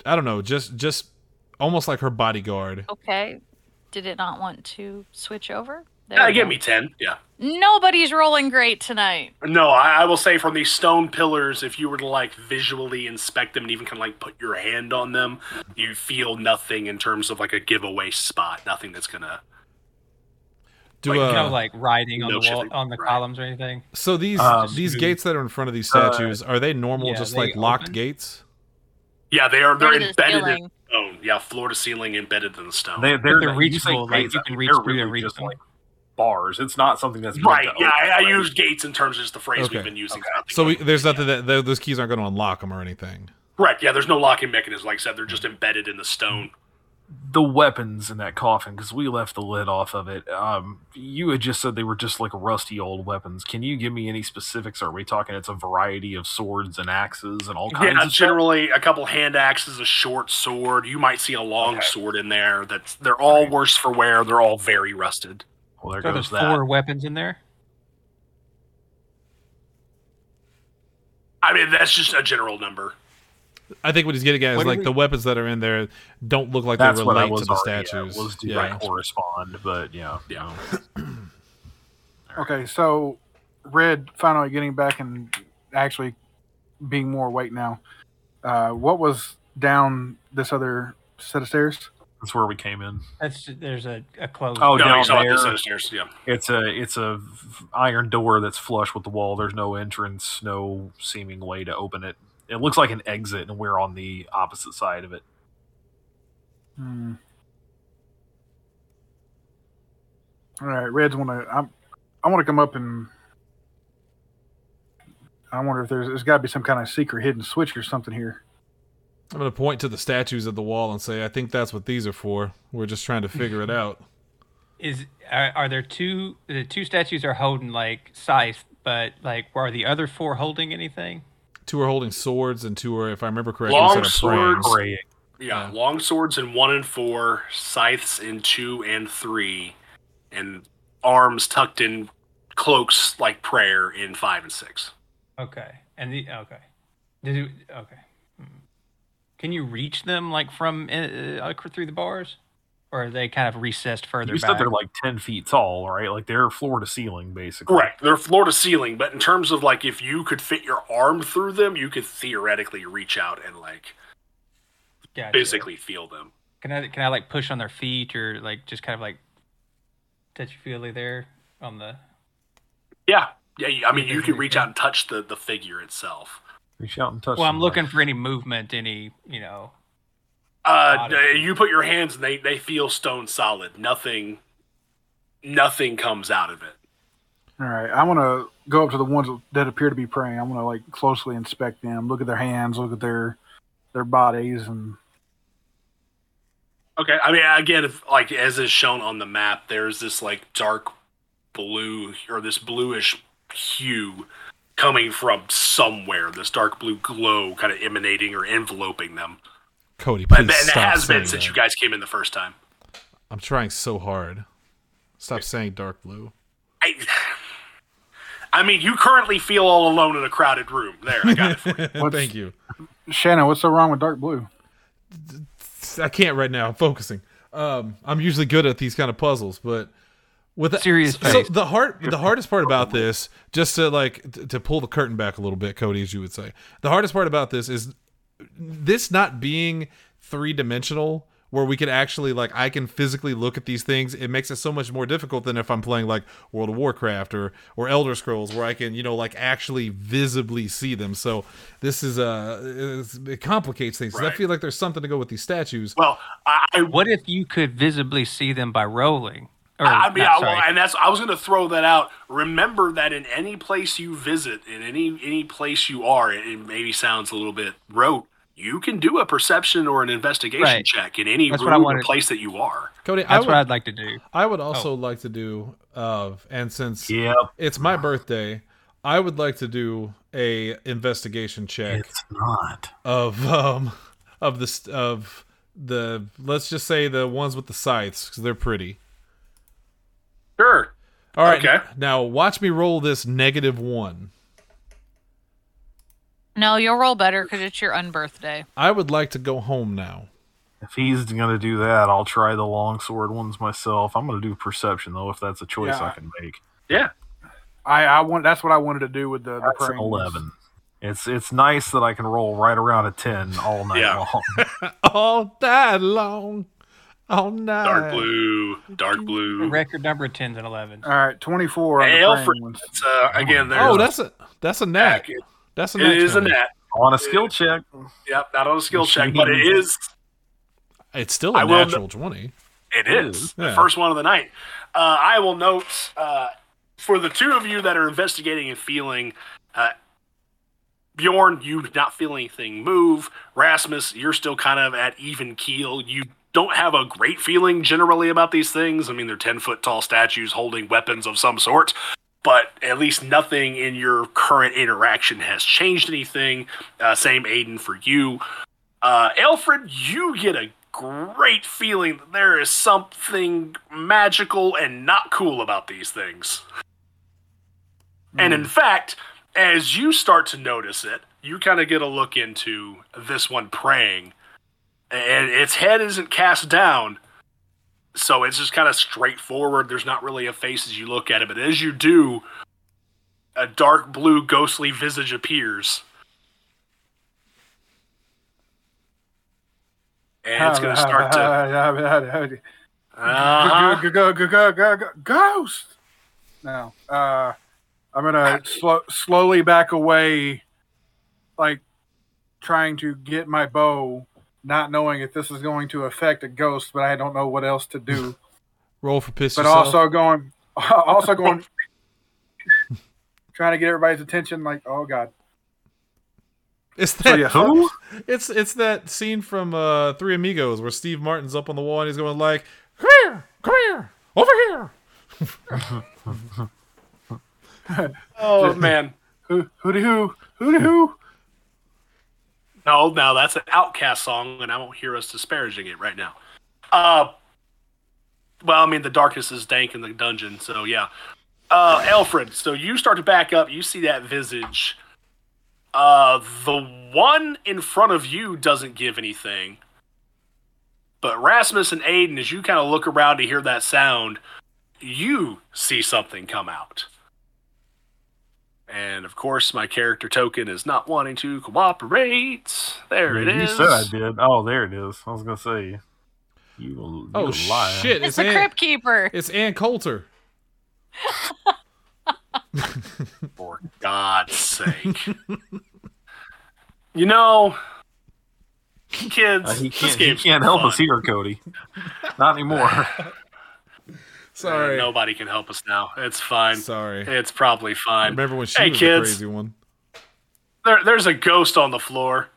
I don't know, just just almost like her bodyguard.
Okay. Did it not want to switch over? There
Yeah,
we
Uh, give
go.
me ten. Yeah.
Nobody's rolling great tonight.
No, I, I will say from these stone pillars, if you were to like visually inspect them and even kind of like put your hand on them, you feel nothing in terms of like a giveaway spot. Nothing that's gonna.
Do
Like,
uh,
you
no like writing on
no
the wall,
shit,
on the
right.
columns or anything.
so these
Um,
these
do-
gates that are in front of these
uh,
statues are they normal,
yeah,
just
they
like locked
open?
gates?
Yeah, they are. They're
Through the
embedded in
ceiling.
stone. Yeah, floor to ceiling embedded in the stone.
They, they're
they're
you say
reachable, like,
grates,
you
I
can
mean,
reach
they're
through,
really
reach
just
them.
like bars. It's not something that's meant
right.
to
Yeah,
open,
I, I
right?
use gates in terms of just the phrase
Okay.
we've been using.
So we, there's nothing that th- those keys aren't going to unlock them or anything.
Correct. Yeah, there's no locking mechanism. Like I said, they're just embedded in the stone.
the weapons in that coffin because we left the lid off of it. Um, you had just said they were just like rusty old weapons. Can you give me any specifics? Are we talking it's a variety of swords and axes and all kinds
Yeah,
of stuff?
generally a couple hand axes, a short sword. You might see a long sword in there. That's they're all worse for wear. They're all very rusted.
Well, there
So there's
goes that.
four weapons in there.
I mean, that's just a general number.
I think what he's getting at is
What do
like
we-
the weapons that are in there don't look like
That's
they
what I
relate
was
to the
already,
statues.
Yeah, was to
yeah.
like, correspond, but yeah,
Yeah.
Okay, so Red finally getting back and actually being more awake now. Uh, what was down this other set of stairs?
that's where we came in.
That's there's a, a closed.
Oh,
no,
down
you saw it
there.
this upstairs. Yeah.
It's a it's a f- iron door that's flush with the wall. There's no entrance, no seeming way to open it. It looks like an exit, and we're on the opposite side of it.
Hmm. All right, Red's want to. I'm. I want to come up and. I wonder if there's. There's got to be some kind of secret hidden switch or something here.
I'm going to point to the statues at the wall and say, I think that's what these are for. We're just trying to figure it out.
Is are, are there two? The two statues are holding like scythe, but like are the other four holding anything?
Two are holding swords, and two are, if I remember correctly,
Long
set of praying.
swords.
Praying.
Yeah,
Yeah.
long swords in one and four, scythes in two and three, and arms tucked in cloaks like prayer in five and six.
Okay, and the okay, did you, okay. Hmm. Can you reach them like from uh, uh, through the bars, or are they kind of recessed further
You
back?
said they're like ten feet tall, right? Like they're floor to ceiling, basically.
Correct. They're floor to ceiling, but in terms of like if you could fit your arm through them, you could theoretically reach out and like
Gotcha.
physically feel them.
Can I can I like push on their feet or like just kind of like touch feely there on the?
Yeah. Yeah, you- I mean,
Yeah,
you
they
could
can
reach out and touch the, the figure itself.
Reach out and touch.
Well, I'm
somebody.
looking for any movement, any you know.
Uh,
Got it.
you put your hands and they, they feel stone solid. Nothing, nothing comes out of it.
All right, I want to go up to the ones that appear to be praying. I want to like closely inspect them, look at their hands, look at their their bodies, and
Okay. I mean, again, if, like as is shown on the map, there's this like dark blue or this bluish hue coming from somewhere. This dark blue glow kind of emanating or enveloping them.
Cody, please
But and it
stop
has
saying
been since
that.
you guys came in the first time.
I'm trying so hard. Stop saying dark blue.
I, I mean, you currently feel all alone in a crowded room. There, I got it. For you.
Thank you.
Shannon, what's so wrong with dark blue?
I can't right now. I'm focusing. Um, I'm usually good at these kind of puzzles, but with the,
Serious
So
face.
the hard, the hardest part about this, just to like t- to pull the curtain back a little bit, Cody, as you would say, the hardest part about this is this not being three dimensional, where we could actually like I can physically look at these things. It makes it so much more difficult than if I'm playing like World of Warcraft or or Elder Scrolls, where I can you know like actually visibly see them. So this is uh it's- it complicates things. 'Cause I
Right.
feel like there's something to go with these statues.
Well, I, I
What if you could visibly see them by rolling? Or,
I mean,
not,
I,
Oh, sorry.
well, and that's I was going to throw that out. Remember that in any place you visit, in any any place you are, it, it maybe sounds a little bit rote. You can do a perception or an investigation
Right.
check in any
That's what I
room or
wanted.
place that you are.
Cody, I
That's
would,
what I'd like to do.
I would also like to do of and since
Yep.
it's my birthday, I would like to do a investigation check
It's not.
of um of the st- of the let's just say the ones with the scythes because they're pretty.
Sure.
All right,
Okay.
now watch me roll this negative one.
No, you'll roll better because it's your unbirthday.
I would like to go home now.
If he's gonna do that, I'll try the longsword ones myself. I'm gonna do perception though, if that's a choice
Yeah.
I can make.
I, I want that's what I wanted to do with the, the
That's an
praying.
eleven. It's it's nice that I can roll right around a ten all night
Yeah.
long.
All night long. All night.
Dark blue, dark blue.
Record number of 10s and 11s.
All right, twenty four on
Hey,
the
Alfred.
praying ones.
It's, uh, again, there's
Oh, that's a that's a knack.
It
That's a knack.
is a
Tony.
nat.
On a skill check,
Yep, not on a skill check, but it is.
It's still a
I will-
natural twenty.
It
It
is
is,
the
yeah.
first one of the night. Uh, I will note uh, for the two of you that are investigating and feeling. Uh, Bjorn, you do not feel anything move. Rasmus, you're still kind of at even keel. You don't have a great feeling generally about these things. I mean, they're 10 foot tall statues holding weapons of some sort, but at least nothing in your current interaction has changed anything. Uh, same Aiden for you. Uh, Alfred, you get a great feeling that there is something magical and not cool about these things. And in fact, as you start to notice it, you kind of get a look into this one praying, and its head isn't cast down. So it's just kind of straightforward. There's not really a face as you look at it, but as you do, a dark blue ghostly visage appears. And it's going to start to.
to.
Uh-huh.
Ghost. No, uh, I'm gonna slow, slowly back away, like trying to get my bow, not knowing if this is going to affect a ghost, but I don't know what else to do.
Roll for piss
but
yourself.
also going, also going, trying to get everybody's attention. Like, oh god,
it's that
so yeah,
who?
It's it's that scene from uh, Three Amigos where Steve Martin's up on the wall and he's going like, "Come here, come here, over here."
Oh, man.
who, who do who, who do who?
No, no, that's an Outcast song, and I won't hear us disparaging it right now. Uh, well, I mean, the darkness is dank in the dungeon, so yeah. Uh, Alfred, so you start to back up. You see that visage. Uh, the one in front of you doesn't give anything. But Rasmus and Aiden, as you kind of look around to hear that sound, you see something come out. And of course, my character token is not wanting to cooperate. There it
you
is.
said I did. Oh, there it is. I was gonna say you.
Oh
you liar.
shit!
It's
It's,
the
Ann,
Crypt Keeper.
it's Ann Coulter.
For God's sake. you know, kids,
Uh, he
this
can't, he
game's
can't
for
help
fun.
us here, Cody. Not anymore.
Sorry,
Nobody can help us now. It's fine.
sorry.
It's probably fine.
Remember when she
Hey,
was
kids.
the crazy one?
There, there's a ghost on the floor.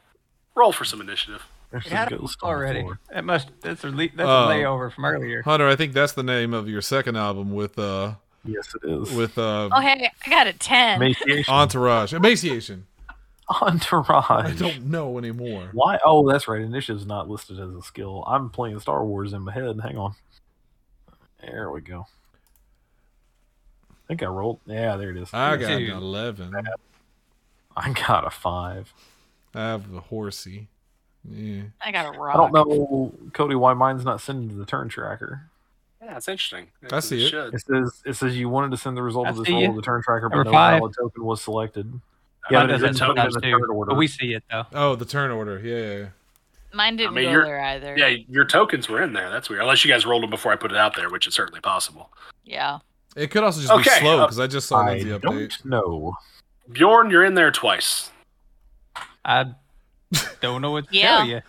Roll for some initiative.
There's
It had
a
a-
ghost on the
already.
floor.
That must that's a le- that's
Uh,
a layover from earlier.
Hunter, I think that's the name of your second album with uh
Yes, it is.
with uh
Oh hey, I got a ten.
Emaciation.
Entourage Emaciation. I
Entourage.
don't know anymore.
Why? Oh, that's right. Initiative's not listed as a skill. I'm playing Star Wars in my head. Hang on. There we go. I think I rolled. Yeah, there it is.
I got an
Dude.
eleven.
I got a five.
I have a horsey. Yeah.
I got a rock.
I don't know, Cody, why mine's not sending to the turn tracker.
Yeah, that's interesting.
I see it.
should.
It says it says you wanted to send the result
I
of this
see
roll
you.
to the turn tracker, but
Number
no
five.
valid token was selected.
Mine
but it
doesn't
didn't
tell
put it
us
in the
to,
turn order.
but we see it though.
Oh, the turn order. Yeah, yeah,
Mine didn't
mean,
go
you're-
there either.
Yeah, your tokens were in there. That's weird. Unless you guys rolled them before I put it out there, which is certainly possible.
Yeah.
yeah. It could also just be
Okay,
slow
uh,
because I just saw
I
Lindsay update.
don't know.
Bjorn, you're in there twice.
I don't know what to
Yeah.
tell you.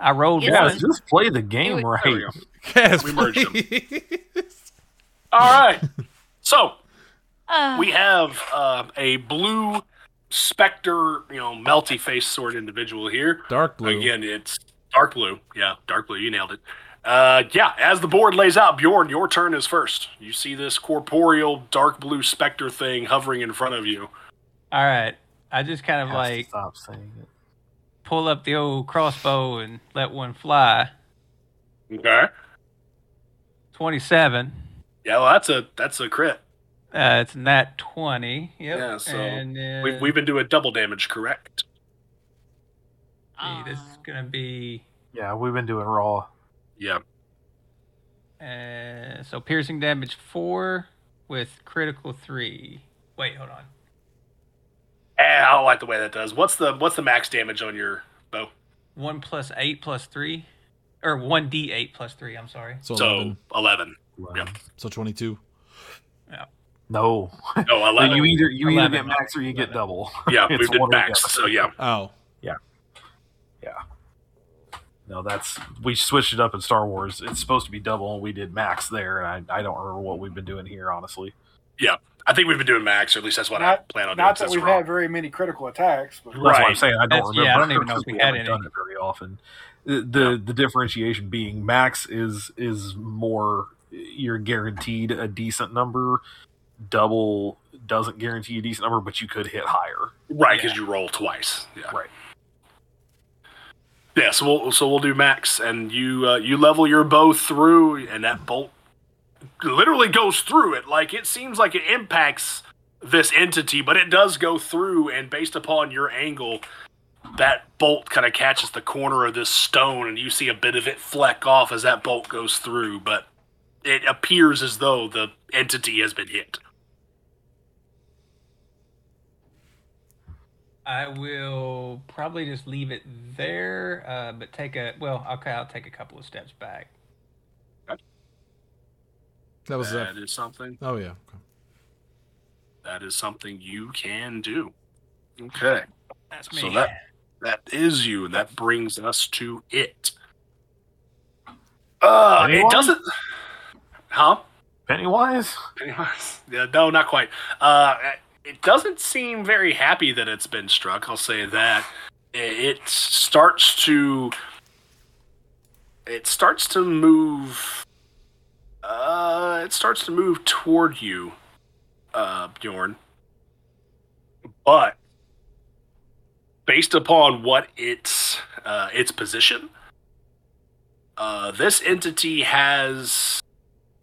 I rolled
Yes.
Guys,
one.
just play the game
it-
There we
right.
go.
Yes,
We merged 'em.
please.
All right. So
Uh,
we have uh, a blue specter, you know, melty face sort of individual here.
Dark blue.
Again, it's dark blue. Yeah, dark blue. You nailed it. Uh, yeah, as the board lays out, Bjorn, your turn is first. You see this corporeal dark blue specter thing hovering in front of you.
All right. I just kind of
Has to
like
stop saying it.
pull up the old crossbow and let one fly.
Okay.
Twenty seven.
Yeah, well, that's a that's a crit.
Uh, it's nat twenty. Yep.
Yeah, so
and then
We've, we've been doing double damage, correct?
see, this is gonna be
Yeah, we've been doing raw.
Yeah.
uh, so piercing damage four with critical three. Wait, hold on.
Eh, I don't like the way that does. What's the what's the max damage on your bow?
One plus eight plus three, or one d eight plus three. I'm sorry.
So,
so
11.
11. Yeah.
So 22.
No,
No, 11.
you either you either
11,
get max or you get double.
Oh, yeah,
it's
we did
one or the
max.
other.
So yeah.
Oh.
No, that's we switched it up in Star Wars. It's supposed to be double, and we did max there. And I, I don't remember what we've been doing here, honestly.
I think we've been doing max, or at least that's what I
Not-
plan on doing.
Not that
since
we've
we're all-
had very many critical attacks, but
That's what I'm
Right.
saying. I don't
That's-
remember.
yeah, I don't even know if
because
we had
haven't
any.
done it very often. The, the the differentiation being max is is more you're guaranteed a decent number. Double doesn't guarantee you a decent number, but you could hit higher.
Right, because you roll twice. Yeah.
Right.
Yeah, so we'll so we'll do max, and you uh, you level your bow through, and that bolt literally goes through it. Like it seems like it impacts this entity, but it does go through, and based upon your angle, that bolt kind of catches the corner of this stone, and you see a bit of it fleck off as that bolt goes through. But it appears as though the entity has been hit.
I will probably just leave it there, uh, but take a well. Okay, I'll take a couple of steps back.
That was
That
that.
is something.
Oh, yeah. Okay.
That is something you can do. Okay.
That's me.
So that that is you, and that brings us to it. Uh, it
Anyone?
doesn't. Huh?
Pennywise,
yeah, no, not quite. Uh, it doesn't seem very happy that it's been struck. I'll say that. It it starts to. It starts to move. Uh, it starts to move toward you, uh, Bjorn. But based upon what its uh, its position, uh, this entity has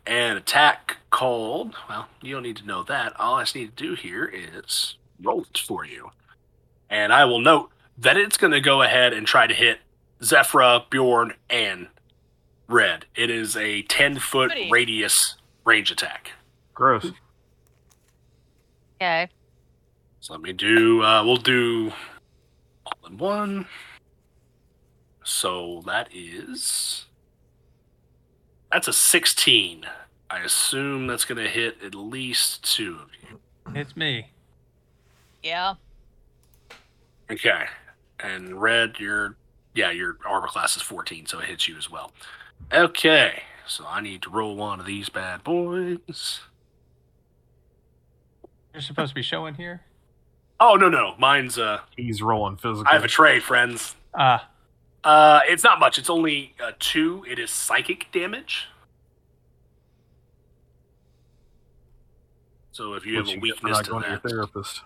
an attack called. Well, you don't need to know that. All I just need to do here is roll it for you, and I will note that it's going to go ahead and try to hit Zephra, Bjorn, and Red. It is a ten foot
Goody.
radius range attack.
gross.
Okay.
So let me do. Uh, we'll do all in one. So that is that's a sixteen. I assume that's going to hit at least two of you.
it's me.
Yeah.
Okay, and red, your yeah, your armor class is fourteen, so it hits you as well. Okay, so I need to roll one of these bad boys.
You're supposed to be showing here.
Oh no no, mine's uh,
He's rolling physical.
I have a tray, friends.
Uh
Uh, it's not much. It's only uh, two. It is psychic damage. So if you
What
have a
get for
weakness
not
to
going
that,
your therapist.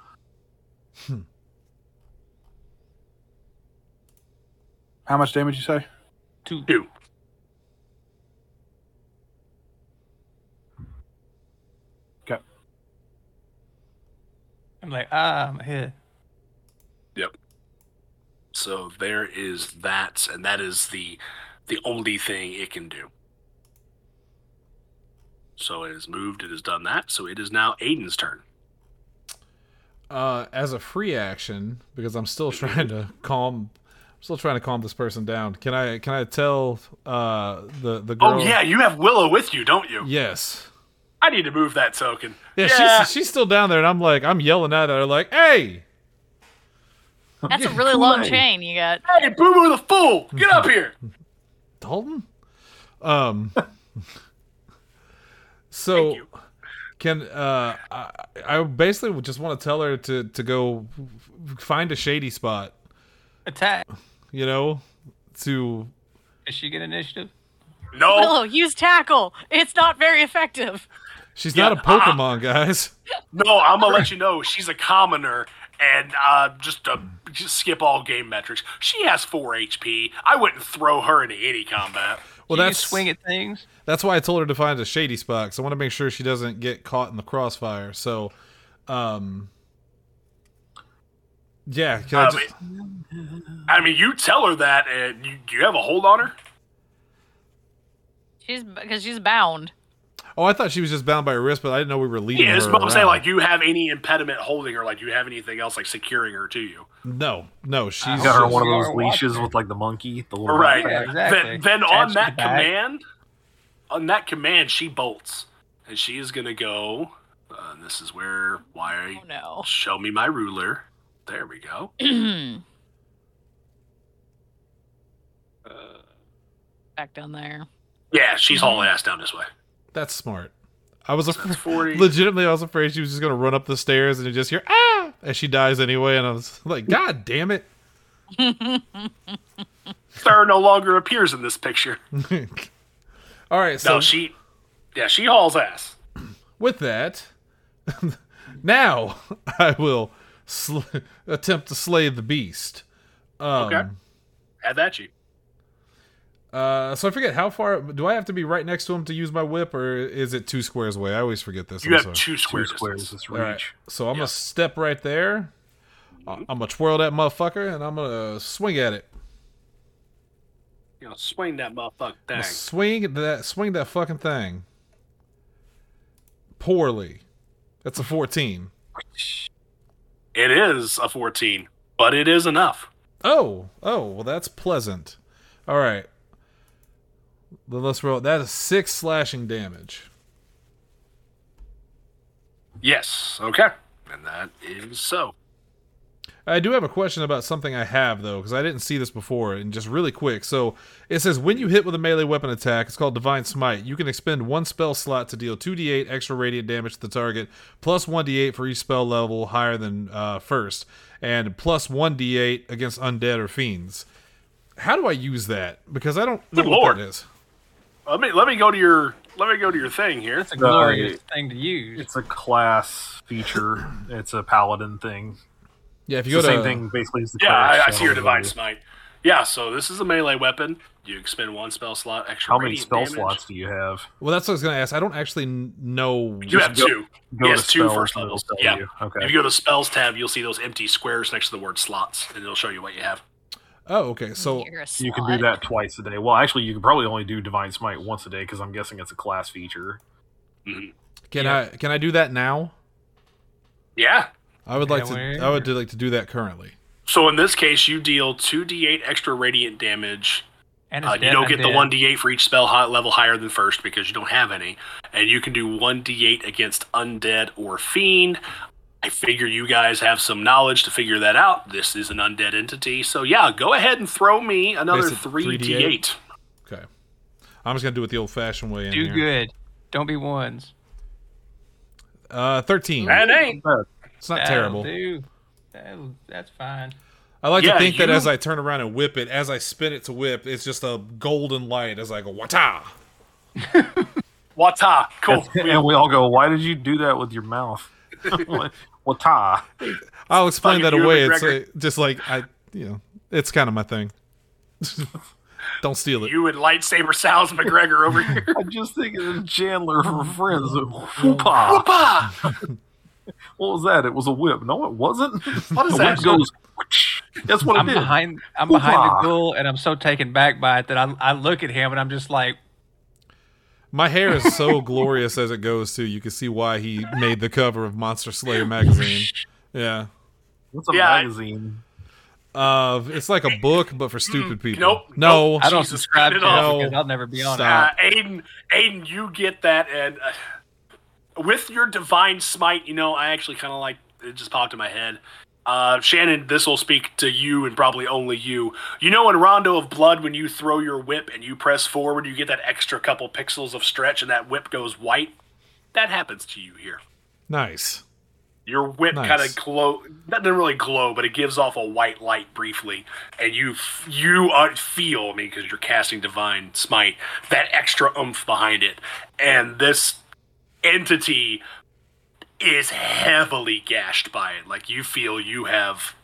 how much damage you say?
two.
two.
I'm like, ah, I'm hit.
So there is that, and that is the the only thing it can do. So it has moved. It has done that. So it is now Aiden's turn.
uh, as a free action because I'm still trying to calm. I'm still trying to calm this person down. Can I? Can I tell uh, the the girl?
Oh yeah, you have Willow with you, don't you?
Yes.
I need to move that token.
Yeah, She's, she's still down there, and I'm like, I'm yelling at her, like, "Hey,
That's a
Oh, Yeah,
really
come
long
on.
chain you got.
Hey, Boo Boo the fool, get up here!
Dalton." Um. so.
Thank you.
Can uh, I, I basically just want to tell her to to go find a shady spot,
Attack.
you know, to
Does she get initiative?
No,
Willow, use tackle. It's not very effective.
She's
Yeah, uh,
not a Pokemon, guys.
No, I'm gonna let you know she's a commoner, and uh, just to just skip all game metrics, she has four HP. I wouldn't throw her into any combat.
Well,
Do you
that's
swing at things.
that's why I told her to find a shady spot. Cause I want to make sure she doesn't get caught in the crossfire. So, um, Yeah, can I
I
just-
mean, I mean, you tell her that, and you, do you have a hold on her?
She's because she's bound.
oh, I thought she was just bound by her wrist, but I didn't know we were leading
Yeah,
her.
that's what I'm saying.
around.
Like, do you have any impediment holding her? Like, do you have anything else like securing her to you?
no, no, she's
He's got her on
just-
one of those
Or
leashes
watch it.
with like the monkey, the little
Right.
Yeah,
Then,
exactly.
then
Attached
on
to
that
the back.
command, on that command, she bolts, and she is gonna go. Uh, and this is where why
Oh no.
show me my ruler. There we go.
Back down there.
Yeah, she's hauling
Mm-hmm.
ass down this way.
That's smart. I was
That's
afraid.
forty.
Legitimately, I was afraid she was just gonna run up the stairs and you just hear ah, and she dies anyway. And I was like, God damn it!
Thur no longer appears in this picture.
All right, so
No, she. Yeah, she hauls ass.
with that, now I will sl- attempt to slay the beast. Um,
Okay. Had that you.
Uh, so I forget how far do I have to be right next to him to use my whip, or is it two squares away? I always forget this.
You
I'm
have
sorry.
two
two
squares.
squares this
All right,
reach.
so I'm gonna step right there. I-
Mm-hmm.
I'm gonna twirl that motherfucker and I'm gonna swing at it.
You know, swing that motherfucker
I'm
thing.
gonna swing that, swing that fucking thing. Poorly. That's a 14.
It is a fourteen, but it is enough.
Oh, oh, well that's pleasant. All right. Then let's roll. That is six slashing damage.
Yes. Okay. And that is so.
I do have a question about something I have though, because I didn't see this before, and just really quick. So it says when you hit with a melee weapon attack, it's called Divine Smite. You can expend one spell slot to deal two d8 extra radiant damage to the target, plus one d8 for each spell level higher than uh, first, and plus one d8 against undead or fiends. How do I use that? Because I don't know
Good
what
lord.
that is.
Let me let me go to your let me go to your thing here.
That's a glorious thing to use.
It's a class feature. It's a paladin thing.
Yeah, if you
It's the
go to
same thing basically as the
Yeah,
cleric,
I, I
so
see your
it'll
divine
be-
smite. Yeah, so this is a melee weapon. You expend one spell slot extra.
How many
radiant
spell
damage.
slots do you have?
well, that's what I was gonna ask. I don't actually n- know.
You have two.
Go
Yes,
to
two
spells,
first
and it'll
levels.
tell
Yeah.
you.
If
Okay.
you go to spells tab, you'll see those empty squares next to the word slots, and it'll show you what you have.
Oh, okay. So
You're a
You can do
slut.
that twice a day. Well, actually, you can probably only do divine smite once a day because I'm guessing it's a class feature.
can I can I do that now?
Yeah.
I would like to. I
Nowhere.
would do, like to do that currently.
So in this case, you deal two d8 extra radiant damage.
And it's
Uh, you
dead
don't
and
get the
dead.
one d8 for each spell hot level higher than first because you don't have any, and you can do one d8 against undead or fiend. I figure you guys have some knowledge to figure that out. This is an undead entity, so yeah, go ahead and throw me another
Basic
three
3d8.
d8.
Okay. I'm just gonna do it the old-fashioned way. In
Do
here.
good. Don't be ones.
Uh, thirteen.
That ain't
It's not
That'll
terrible.
do. That'll- that's fine.
I like to
Yeah,
think that
you-
as I turn around and whip it, as I spin it to whip, it's just a golden light as I go wata.
wata cool.
and we all go, "Why did you do that with your mouth?" well, ta.
I'll explain
fucking
that
Ewan
away. It's
McGregor.
uh, just like I, you know, it's kind of my thing. Don't steal it.
You and lightsaber Sal's McGregor over here.
I'm just thinking of Chandler from Friends. Whoopah.
Bah!
What was that? It was a whip. No, it wasn't.
What is
the
that?
whip goes. That's what
I'm
it did.
behind. I'm behind
Hoopla.
the goal, and I'm so taken back by it that I, I look at him and I'm just like,
My hair is so glorious as it goes too. You can see why he made the cover of Monster Slayer magazine. Yeah.
What's a
Yeah, I-
magazine?
Uh, it's like a book, but for stupid people.
nope,
No.
nope.
I don't
Jesus,
subscribe
cut
to
it
it
off.
because I'll never be on
Stop.
it. Ah,
Uh, Aiden, Aiden, you get that, and uh, with your divine smite, you know, I actually kind of like it. Just popped in my head. Uh, Shannon, this will speak to you and probably only you. You know, in Rondo of Blood, when you throw your whip and you press forward, you get that extra couple pixels of stretch, and that whip goes white. That happens to you here.
Nice.
Your whip
Nice.
kind of glow, doesn't really glow, but it gives off a white light briefly, and you f- you uh, feel, I mean, because you're casting divine smite, that extra oomph behind it, and this entity is heavily gashed by it. Like you feel you have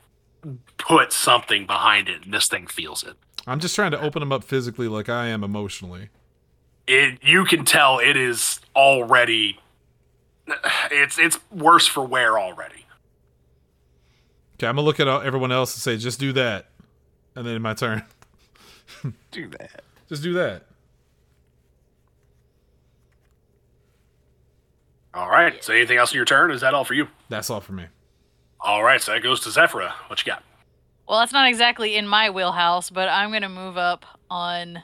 put something behind it, and this thing feels it.
I'm just trying to open him up physically, like I am emotionally.
It you can tell it is already, it's it's worse for wear already.
Okay, I'm gonna look at all- everyone else and say, just do that, and then my turn.
Do that.
Just do that.
All right. So anything else in your turn? Is that all for you?
That's all for me.
All right. So that goes to Zephyra. What you got?
Well, that's not exactly in my wheelhouse, but I'm going to move up on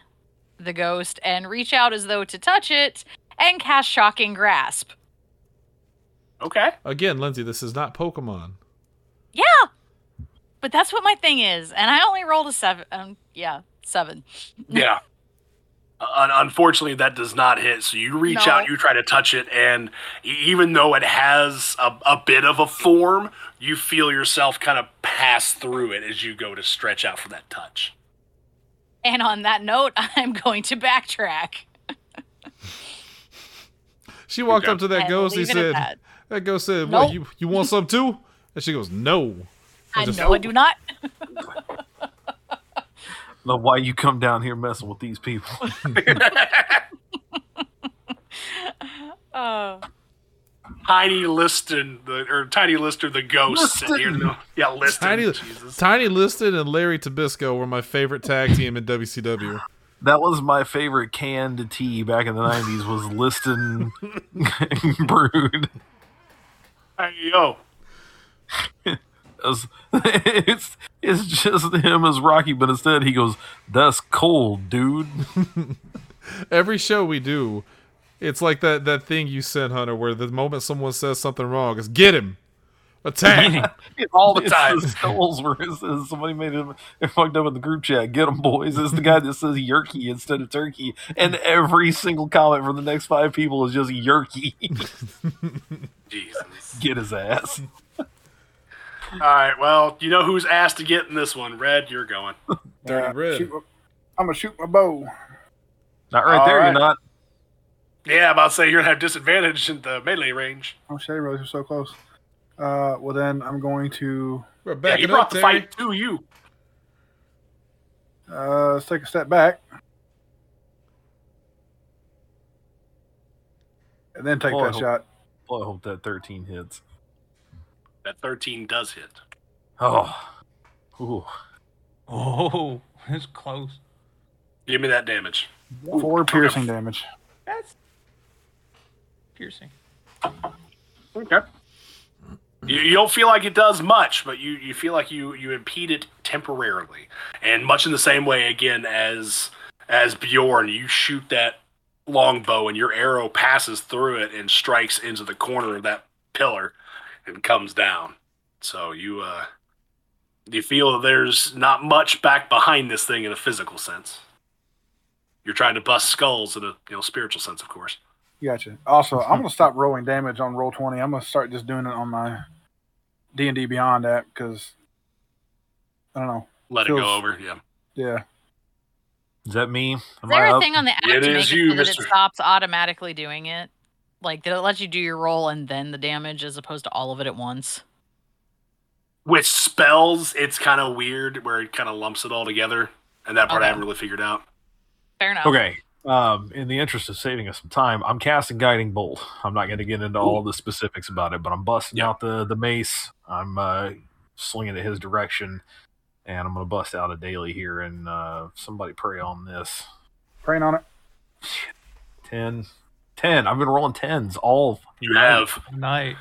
the ghost and reach out as though to touch it and cast Shocking Grasp.
Okay.
Again, Lindsay, this is not Pokemon.
Yeah! But that's what my thing is. And I only rolled a seven. Um, yeah, seven.
Yeah. Uh, Un- unfortunately, that does not hit. So you reach
No.
out, you try to touch it, and e- even though it has a, a bit of a form, you feel yourself kind of pass through it as you go to stretch out for that touch.
And on that note, I'm going to backtrack.
She walked
Okay.
up to that
And
ghost. He
leave it at
said,
that.
that. ghost said, "What
Nope.
you you want some too?" And she goes, "No."
I
just-
know I do not.
Now, why you come down here messing with these people?
Oh.
Tiny Liston, the, or Tiny Lister, the ghost. sitting here in the middle- yeah, Liston.
Tiny,
Jesus.
Tiny Liston and Larry Tabisco were my favorite tag team in WCW.
That was my favorite canned tea back in the '90s. Was Liston brewed?
Hey, yo.
It's, it's it's just him as Rocky, but instead he goes, "That's cold, dude."
Every show we do, it's like that that thing you sent Hunter, where the moment someone says something wrong, it's get him, attack.
All the
It's
time.
the Souls where it says somebody made him it fucked up in the group chat. Get him, boys. It's the guy that says yerky instead of turkey, and every single comment from the next five people is just yerky.
Jesus.
Get his ass.
All right. Well, you know who's asked to get in this one. Red, you're going.
Dirty red.
Uh, shoot my- I'm gonna shoot my bow.
Not right
All
there.
right.
You're not.
Yeah, I'm about to say you're gonna have disadvantage in the melee range.
Oh shit, Rose, you're so close. Uh, well then I'm going to
We're
Yeah,
backing
you brought
up,
the
Terry.
fight to you.
uh let's take a step back. And then take
Oh, I
that
hope-
shot.
Well, I hope that 13 hits.
That 13 does hit.
Oh, Ooh.
Oh, that's close.
Give me that damage.
Four piercing damage.
That's piercing.
Okay. You, you don't feel like it does much, but you, you feel like you, you impede it temporarily. And much in the same way, again, as as Bjorn, you shoot that longbow and your arrow passes through it and strikes into the corner of that pillar and comes down. So you uh you feel that there's not much back behind this thing in a physical sense. You're trying to bust skulls in a you know spiritual sense, of course.
Gotcha. Also, I'm gonna stop rolling damage on roll twenty. I'm gonna start just doing it on my D and D Beyond app because I don't know.
Let it
Feels-
go over. Yeah.
Yeah,
is that me? Am
Is there
I
a
up?
thing on the app
It
to make
is
it
you,
so that
mister.
it stops automatically doing it? Like, did it let you do your roll and then the damage as opposed to all of it at once?
with spells, it's kind of weird where it kind of lumps it all together, and that part I
Okay.
haven't really figured out.
Fair enough.
Okay. Um, in the interest of saving us some time, I'm casting Guiding Bolt. I'm not going to get into all the specifics about it, but I'm busting
Yeah.
out the, the mace. I'm uh, slinging it his direction, and I'm going to bust out a daily here. And uh, somebody pray on this.
praying on it.
10. 10. I've been rolling 10s all.
You have
Night.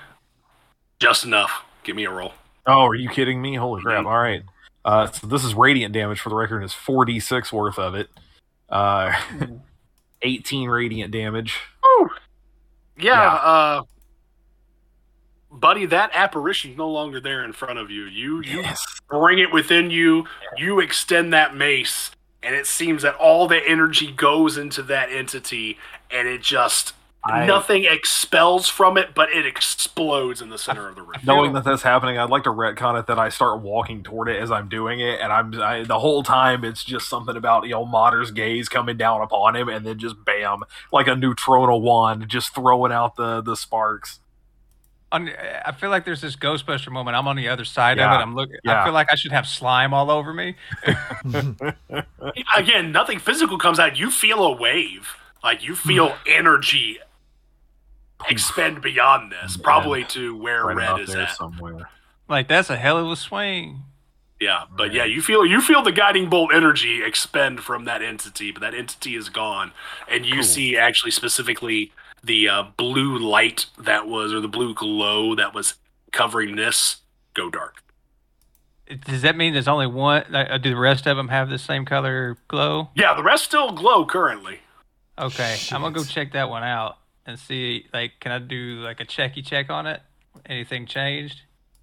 just enough. Give me a roll.
Oh, are you kidding me? Holy crap. All right. Uh, so this is radiant damage for the record, and it's 4d6 worth of it. Uh, 18 radiant damage.
Yeah,
Yeah.
Uh, buddy, that apparition's no longer there in front of you. You you bring it within you. You extend that mace, and it seems that all the energy goes into that entity, and it just
I-
nothing expels from it, but it explodes in the center of the room.
knowing that that's happening, I'd like to retcon it that I start walking toward it as I'm doing it, and I'm I, the whole time it's just something about you know Modder's gaze coming down upon him, and then just bam, like a neutrona wand, just throwing out the the sparks.
On, I feel like there's this Ghostbuster moment. I'm on the other side
Yeah.
of it. I'm looking.
Yeah.
I feel like I should have slime all over me.
again, nothing physical comes out. You feel a wave. Like you feel
Hmm.
energy expend beyond this, probably to where
Right
red
about
is
there
at.
somewhere.
Like that's a hell of a swing.
Yeah, but yeah, you feel you feel the guiding bolt energy expend from that entity, but that entity is gone, and you see actually specifically the uh, blue light that was, or the blue glow that was covering this go dark.
Does that mean there's only one? Like, uh, do the rest of them have the same color glow?
Yeah, the rest still glow currently.
Okay, I'm gonna go
Shit.
check that one out and see. Like, can I do like a checky check on it? Anything changed?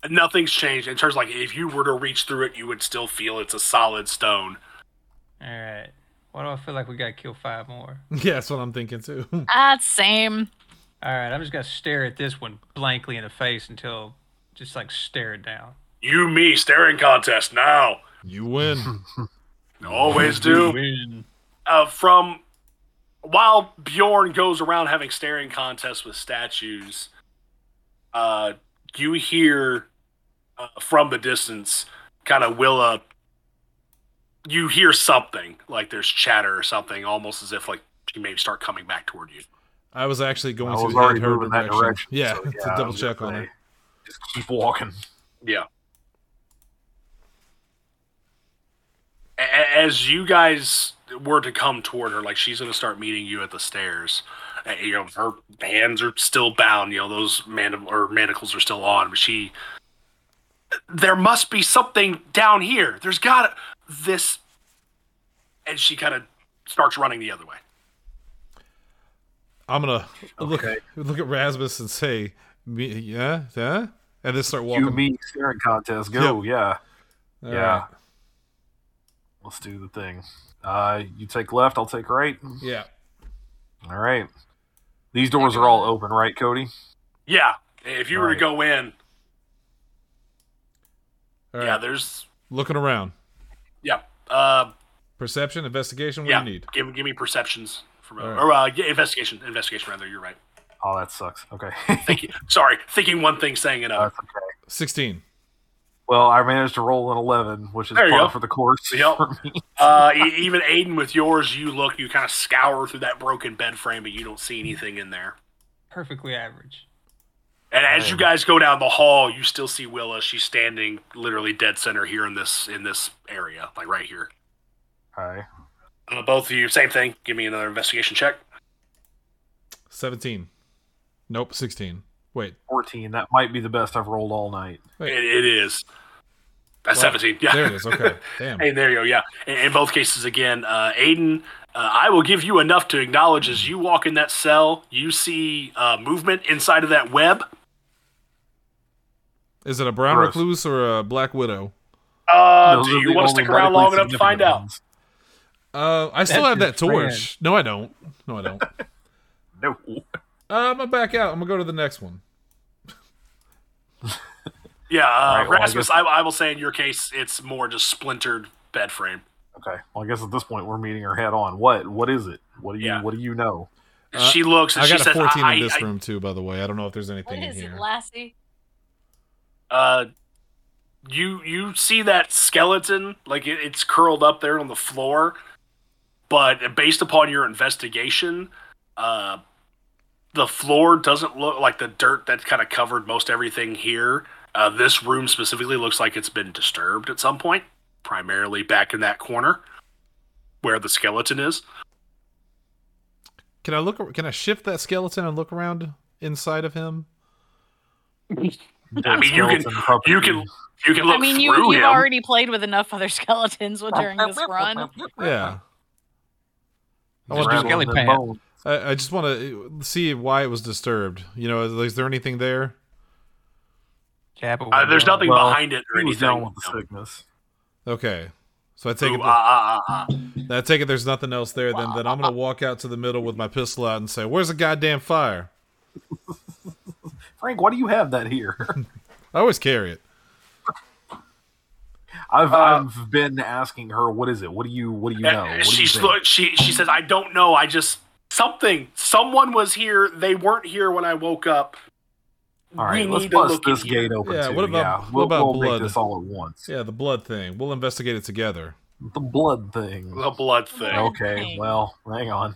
Nothing's changed in terms of, like if you were to reach through it, you would still feel it's a solid stone.
All right. Why do I feel like we gotta kill five more?
Yeah, that's what I'm thinking too.
Ah, same.
All right, I'm just gonna stare at this one blankly in the face until just like stare it down.
You me staring contest now.
you win.
Always do.
Win.
uh, from while Bjorn goes around having staring contests with statues, uh, you hear uh, from the distance, kind of Willa. You hear something like there's chatter or something, almost as if like she may start coming back toward you.
I was actually going
I
to
was
head
already
her
moving that
direction.
direction.
Yeah,
so,
to
I
double
was gonna
check on
say,
it.
Just keep walking.
Yeah. A- As you guys were to come toward her, like she's gonna start meeting you at the stairs. Uh, You know, her hands are still bound. You know, those mandib- or manacles are still on. But she, there must be something down here. There's got to this, and she kind of starts running the other way.
I'm gonna look
Okay.
look at Rasmus and say, "Me- "Yeah, yeah," and then start walking.
You me staring contest. Go. Yeah.
All
yeah.
right.
Let's do the thing. Uh, you take left. I'll take right.
yeah.
All right. These doors are all open, right, Cody?
Yeah, if you were to
Right.
go in,
All right.
yeah, there's
Looking around.
yeah. Uh,
Perception, investigation. What
yeah,
do you need?
Give, give me perceptions from
All right.
or uh, yeah, investigation, investigation rather. You're right.
Oh, that sucks. Okay.
Thank you. Sorry, thinking one thing, saying
Uh,
another.
That's okay.
Sixteen.
Well, I managed to roll an 11, which is
There you
par
go.
for the course
Yep.
for me.
Uh, e- even Aiden, with yours, you look, you kind of scour through that broken bed frame, but you don't see anything in there.
Perfectly average.
And as you
Dang.
guys go down the hall, you still see Willa. She's standing literally dead center here in this in this area, like right here.
All right.
Uh, both of you, same thing. Give me another investigation check.
Seventeen. Nope. Sixteen. Wait.
14. That might be the best I've rolled all night.
Wait.
It, it is. That's
Wow.
seventeen. Yeah.
There it is. Okay. Damn.
Hey, there you go. Yeah. In, in both cases, again, uh, Aiden, uh, I will give you enough to acknowledge as you walk in that cell, you see uh, movement inside of that web.
Is it a brown
Gross.
recluse or a black widow?
Uh,
Those
do
are
you
the
want to
only
stick around
medically
long enough to find
significant
out?
ones.
Uh, I still
That's
have that
your
torch. No, I don't. No, I don't. uh,
No.
I'm gonna back out. I'm gonna go to the next one.
Yeah, uh,
Alright, well, I
Rasmus,
guess-
I, I will say in your case, it's more just splintered bed frame.
Okay. Well, I guess at this point we're meeting her head on. What? What is it? What do you?
Yeah.
What do you know?
Uh,
she looks and
I
she
got a
says,
14
I,
in this
I-
room too. By the way, I don't know if there's anything
What
in
is
here.
it, Lassie?
uh, you you see that skeleton like it, it's curled up there on the floor but based upon your investigation uh the floor doesn't look like the dirt that kind of covered most everything here uh, this room specifically looks like it's been disturbed at some point primarily back in that corner where the skeleton is
Can I look? ar- Can I shift that skeleton and look around inside of him?
I mean, you can-
Skeleton puppy.
you can you can look
I mean, you
through
you've
him
already played with enough other skeletons with- during this run.
Yeah. I want to.
Just do
Rattle
skelly
the
pants.
bone.
I, I just want to see why it was disturbed. You know, is, is there anything there?
Yeah, but
uh, there's
we're-
nothing
Well,
behind it or
He was down
anything
with the sickness.
Okay. So I take
Ooh,
it.
ah, ah, ah, ah.
I take it. There's nothing else there. Then, then I'm gonna walk out to the middle with my pistol out and say, "Where's the goddamn fire?"
Frank, why do you have that here?
I always carry it.
I've
Uh,
I've been asking her, what is it? What do you? What do you know?
And
What do you
she's
think?
look, she she says, "I don't know. I just something. Someone was here. They weren't here when I woke up.
all right,
we
let's
need to
bust
look in
this
here.
gate open.
Yeah,
too.
what about-
yeah.
what
we'll,
about
we'll
blood?
make this all at once.
Yeah, the blood thing. We'll investigate it together.
The blood thing.
The blood thing.
Nope.
Okay,
thing.
well, hang on.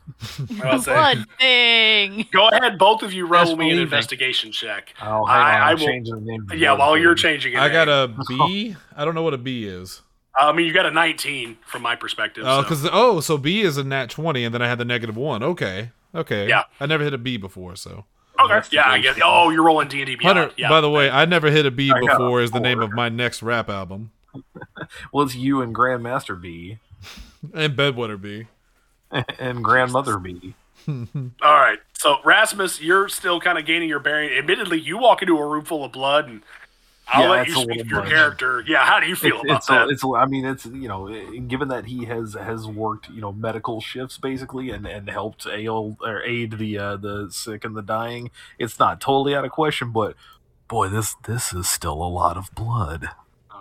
I'll say-
Blood thing.
Go ahead, both of you
Yes,
roll me an
believe me.
investigation check.
Oh, hang
I-
on.
I
I'm
will-
changing the name. of the
Yeah,
blood
while you're
thing.
changing it, Uh,
I got a B. I don't know what a B is.
I mean, you got a 19 from my perspective.
Oh,
so.
because oh, so B is a nat twenty, and then I had the negative one. Okay, okay.
Yeah.
I never hit a B before, so.
okay. Yeah, I guess. Oh, you're rolling D and D
Hunter,
Beyond. Yeah.
by the way, I never hit a B
I got a
before is the name
four.
of my next rap album,
Well, it's you and Grandmaster B
and Bedwetter B.
and Grandmother B.
All right. So Rasmus, you're still kind of gaining your bearing. Admittedly, you walk into a room full of blood, and I'll
Yeah,
let you
it's a
speak
little
your
much.
character. Yeah. How do you feel
It's,
about
it's,
that?
a- it's a- I mean, it's you know, eh, given that he has has worked you know medical shifts basically and and helped ail or aid the uh, the sick and the dying, it's not totally out of question. But boy, this this is still a lot of blood.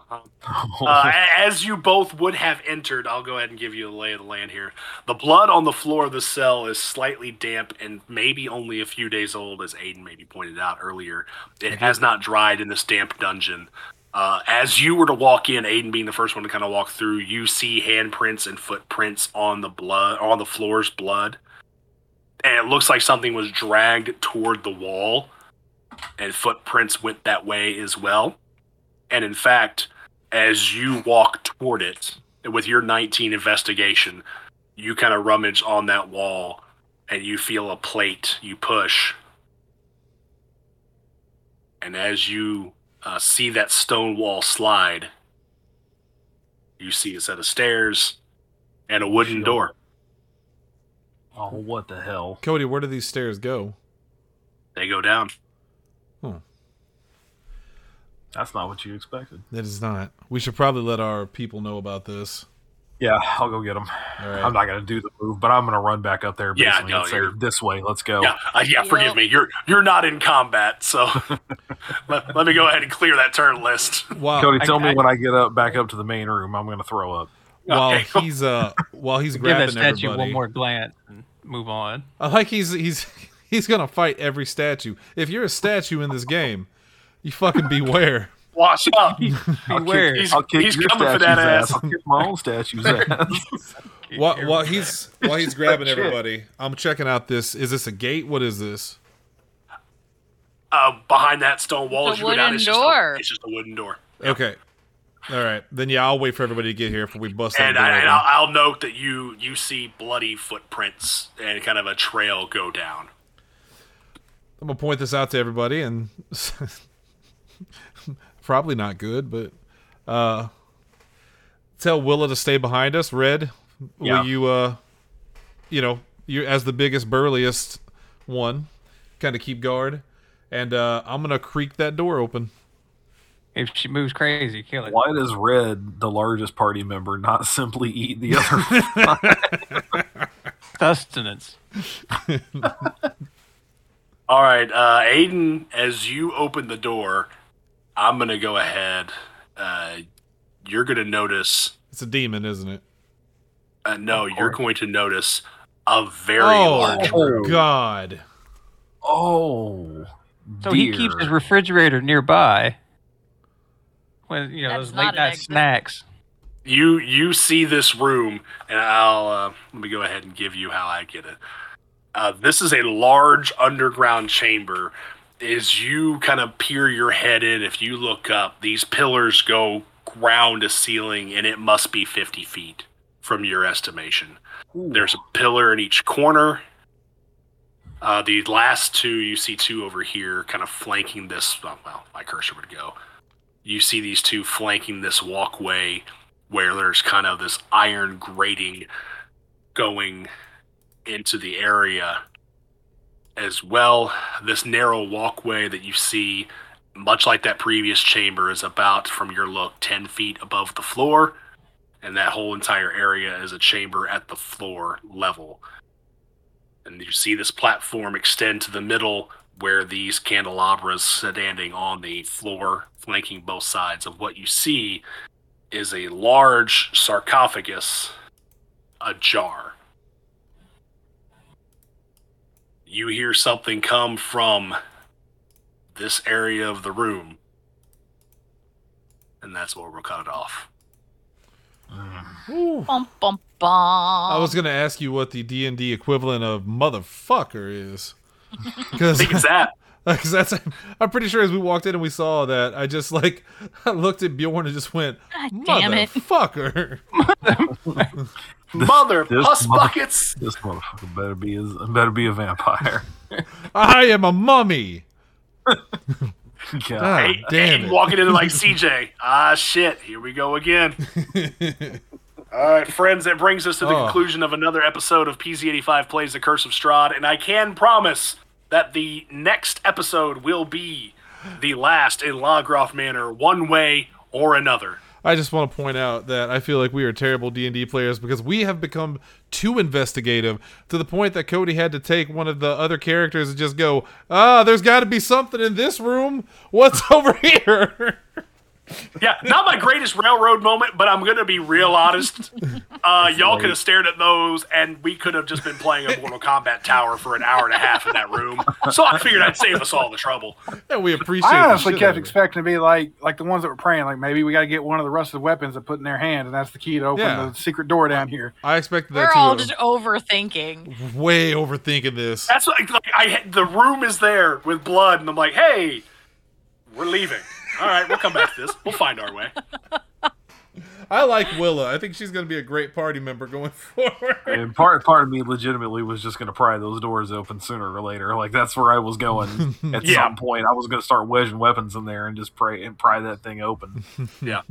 Uh-huh. Uh, a- as you both would have entered, I'll go ahead and give you the lay of the land here. The blood on the floor of the cell is slightly damp and maybe only a few days old, as Aiden maybe pointed out earlier. It has not dried in this damp dungeon. Uh, as you were to walk in, Aiden being the first one to kind of walk through, you see handprints and footprints on the blood on the floor's blood, and it looks like something was dragged toward the wall, and footprints went that way as well. And in fact, as you walk toward it with your 19 investigation, you kind of rummage on that wall and you feel a plate you push. And as you uh, see that stone wall slide, you see a set of stairs and a wooden
Sure.
door.
oh, what the hell?
Cody, where do these stairs go?
They go down.
That's not what you expected.
That is not. We should probably let our people know about this.
Yeah, I'll go get him.
All right.
I'm not gonna do the move, but I'm gonna run back up there
Yeah,
basically
no,
and say,
you're-
"This way, let's go."
Yeah, uh, yeah. Forgive me. You're you're not in combat, so let, let me go ahead and clear that turn list.
While,
Cody, tell me
I-
when I get up back up to the main room, I'm gonna throw up.
while he's uh while he's
Give that
grabbing
statue
everybody.
one more glance and move on.
I like he's he's he's gonna fight every statue. If you're a statue in this game, you fucking beware.
Watch out!
Beware.
He's,
I'll kick
he's
your
coming for
statue's
that ass.
I'll kick my own statue's ass.
While, while he's while he's grabbing
Shit.
everybody, I'm checking out this. Is this a gate? What is this?
uh, behind that stone wall.
The
as you go down,
wooden
it's
door.
Just a, it's just a wooden door.
Okay. All right. Then yeah, I'll wait for everybody to get here before we bust that
And, I, and
door. open.
I'll, I'll note that you you see bloody footprints and kind of a trail go down.
I'm gonna point this out to everybody, and probably not good, but uh, tell Willa to stay behind us. Red,
Yeah.
will you? Uh, you know, you as the biggest burliest one, kind of keep guard, and uh, I'm gonna creak that door open.
If she moves crazy, kill it.
Why does Red, the largest party member, not simply eat the other?
Sustenance.
All right, uh, Aiden, as you open the door, I'm gonna go ahead. Uh, you're gonna notice.
It's a demon, isn't it?
Uh, no, you're going to notice a very
Oh
large.
God!
oh,
So
dear.
he keeps his refrigerator nearby. When you know
That's
those
not
late
an
night
exit.
snacks.
You you see this room, and I'll uh, let me go ahead and give you how I get it. Uh, this is a large underground chamber. As you kind of peer your head in, if you look up, these pillars go ground to ceiling, and it must be 50 feet from your estimation. There's a pillar in each corner. Uh, the last two, you see two over here, kind of flanking this. Well, well, my cursor would go. You see these two flanking this walkway where there's kind of this iron grating going into the area as well. This narrow walkway that you see, much like that previous chamber, is about from your look 10 feet above the floor, and that whole entire area is a chamber at the floor level. And you see this platform extend to the middle where these candelabras standing on the floor, flanking both sides of what you see is a large sarcophagus ajar. You hear something come from this area of the room, and that's where we'll cut it off.
Mm.
Ooh.
Bum, bum, bum. I
I was gonna ask you what the D and D equivalent of motherfucker is, because
think it's that.
that's I'm pretty sure as we walked in and we saw that I just like I looked at Bjorn and just went
Ah, damn it.
motherfucker.
Mother
this
puss
mother-
buckets.
This motherfucker better be is better be a vampire.
I am a mummy.
God.
God
Hey,
damn
hey,
it.
walking in like CJ. Ah, shit. Here we go again. All right, friends, that brings us to the
Oh.
conclusion of another episode of PZ85 Plays the Curse of Strahd, and I can promise that the next episode will be the last in Lagroff Manor, one way or another.
I just want to point out that I feel like we are terrible D and D players because we have become too investigative to the point that Cody had to take one of the other characters and just go, "Ah, there's got to be something in this room. What's over here?"
Yeah, not my greatest railroad moment, but I'm gonna be real honest. Uh, y'all could have stared at those, and we could have just been playing a Mortal Kombat tower for an hour and a half in that room. So I figured I'd save us all the trouble.
And we appreciate.
I
the
honestly
shit
kept
out of it.
expecting to be like like the ones that were praying, like maybe we got to get one of the rusted weapons and put in their hand, and that's the key to open
Yeah.
the secret door down here.
I expected that
We're
too.
all
I'm
just overthinking.
way overthinking this.
That's like, like I had- the room is there with blood, and I'm like, hey, we're leaving. All right, we'll come back to this. We'll find our way.
I like Willa. I think she's going to be a great party member going forward.
And part part of me legitimately was just going to pry those doors open sooner or later. Like that's where I was going. At
Yeah.
some point, I was going to start wedging weapons in there and just pray and pry that thing open.
Yeah.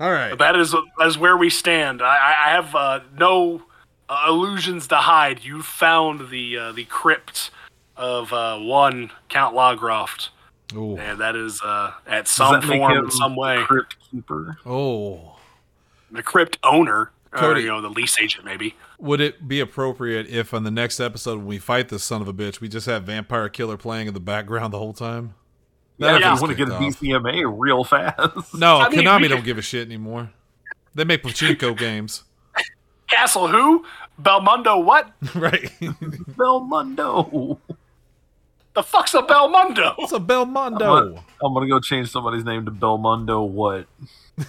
All right.
But that is that is where we stand. I, I I have uh, no uh, illusions to hide. You found the uh, the crypt of uh, one Count Logroft,
Ooh.
and that is uh, at
Does
some
that make
form,
him
in some way,
the Crypt keeper.
Oh.
the crypt owner, or
Cody.
you know, the lease agent, maybe.
Would it be appropriate if on the next episode when we fight this son of a bitch, we just have Vampire Killer playing in the background the whole time?
That
Yeah.
if you want to get a
Kicked off.
BCMA real fast.
No,
I mean,
Konami
we
don't
could-
give a shit anymore. They make pachinko games,
Castle who? Belmondo what?
right?
Belmondo.
The fuck's a Belmondo?
It's a Belmondo.
I'm going to go change somebody's name to Belmondo. What?
That,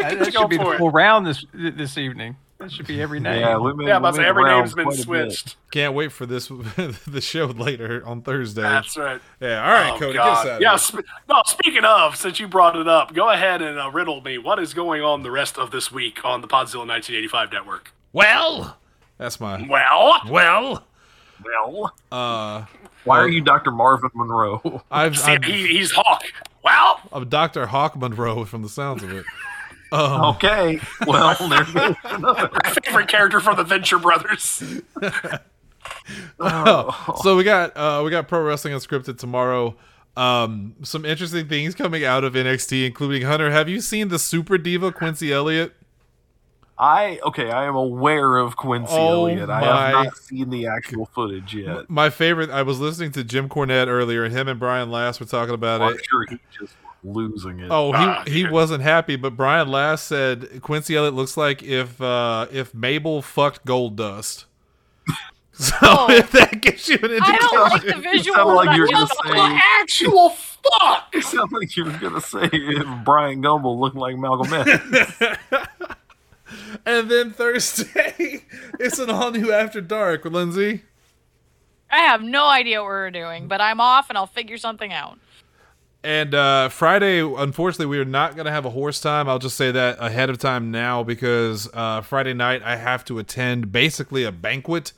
Let's
that
go
should be
for
the
it.
full round this this evening. That should be every name.
Yeah, we made,
Yeah,
we
but
made
every name's
rounds
been
quite a bit.
switched.
Can't wait for this the show later on Thursday.
That's right.
yeah. All right,
Oh,
Cody. Get us
God.
out of
yeah.
here.
Sp- no. Speaking of, since you brought it up, go ahead and uh, riddle me. What is going on the rest of this week on the Podzilla 1985 network?
Well, that's my
Well,
well.
Well,
Uh,
why are you Dr. Marvin Monroe?
I've,
see,
I've
he, he's Hawk. Well,
of Dr. Hawk Monroe from the sounds of it. Um,
Okay. Well, there goes another.
favorite character from the Venture Brothers.
Oh.
So we got uh, we got pro wrestling unscripted tomorrow. Um, some interesting things coming out of NXT, including Hunter. Have you seen the super diva Quincy Elliott?
I okay, I am aware of Quincy
Oh
Elliott.
my-
I have not seen the actual footage yet.
My favorite. I was listening to Jim Cornette earlier, and him and Brian Last were talking about
I'm
it.
sure he's just losing it.
Oh,
Ah,
he he
shit.
wasn't happy, but Brian Last said Quincy Elliott looks like if uh, if Mabel fucked Gold Dust. So
Oh.
if that gives you an
I
indication,
don't like the visual.
sound like
but
you're
I
gonna
just-
say-
actual fuck.
It sounds like you were gonna say if Brian Gumbel looked like Malcolm X.
and then Thursday, it's an all new After Dark with Lindsay.
I have no idea what we're doing, but I'm off and I'll figure something out.
And uh, Friday, unfortunately, we are not going to have a horse time. I'll just say that ahead of time now because uh, Friday night I have to attend basically a banquet.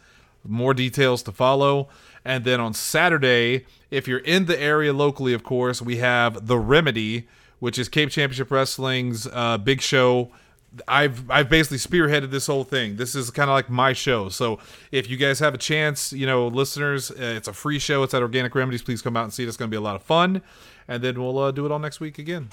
More details to follow. And then on Saturday, if you're in the area locally, of course, we have The Remedy, which is Cape Championship Wrestling's uh, big show. I've I've basically spearheaded this whole thing. This is kind of like my show. So if you guys have a chance, you know, listeners, uh, it's a free show. It's at Organic Remedies. Please come out and see it. It's going to be a lot of fun. And then we'll uh, do it all next week again.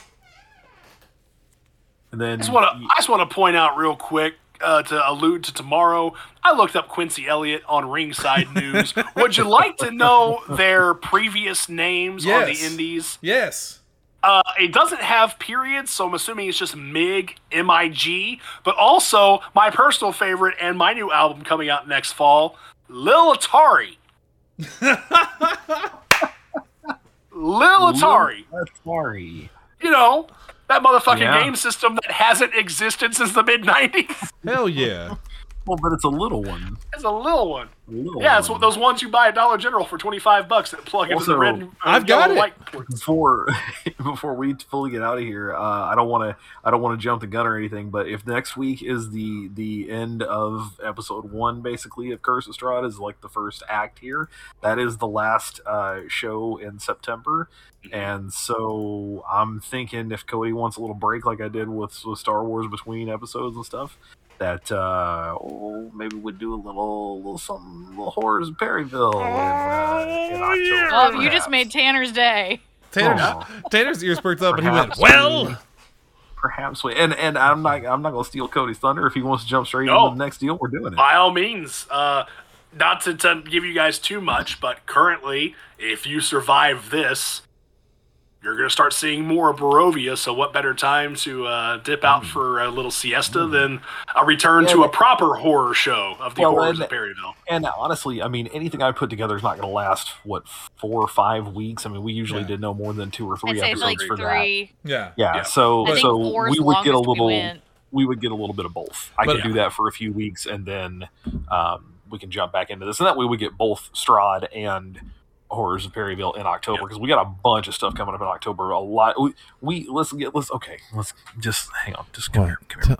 And then
I just want to. I just want to point out real quick uh, to allude to tomorrow. I looked up Quincy Elliott on Ringside News. Would you like to know their previous names on
Yes.
the Indies?
Yes.
Uh, it doesn't have periods, so I'm assuming it's just MIG, M I G. But also, my personal favorite and my new album coming out next fall, Lil Atari. Lil Atari.
Sorry.
You know, That motherfucking
Yeah.
game system that hasn't existed since the mid '90s
Hell yeah.
Well, but it's a little one.
is a little one.
A little
Yeah, it's
one.
those ones you buy at Dollar General for 25 bucks that plug into
Also,
the red. and-
I've
yellow
got it.
light ports.
before before we fully get out of here, uh, I don't want to I don't want to jump the gun or anything. But if next week is the the end of episode one, basically of Curse of Strahd is like the first act here. That is the last uh, show in September, and so I'm thinking if Cody wants a little break, like I did with, with Star Wars between episodes and stuff. That uh, oh, maybe we'd do a little, little something, little horrors of Perryville. in, uh, in October,
Oh, you just
perhaps.
made Tanner's day.
Tanner's,
Aw.
Tanner's ears perked up and he went,
Perhaps
Well,
Perhaps we and and I'm not I'm not gonna steal Cody's thunder if he wants to jump straight
No.
into the next deal. We're doing it.
By all means, uh, not to, to give you guys too much, but currently, if you survive this, you're going to start seeing more of Barovia. So, what better time to uh, dip out for a little siesta than a return to
Hmm. Yeah.
a proper horror show of the
Well,
horrors
and-
of Perryville?
And honestly, I mean, anything I put together is not gonna last what four or five weeks. I mean, we usually
Yeah.
did no more than two or 3
I'd say it's
episodes
like
for that.
three.
yeah.
Yeah,
Yeah.
so
I think
so
four's
we would get a
longest we
little we,
went.
would get a little bit of both. I
But-
could do that for a few weeks and then um, we can jump back into this, and that way we get both Strahd and Horrors of Perryville in October because we got a bunch of stuff coming up in October. A lot. We, we let's get let's okay. Let's just hang on. Just come here. Come here.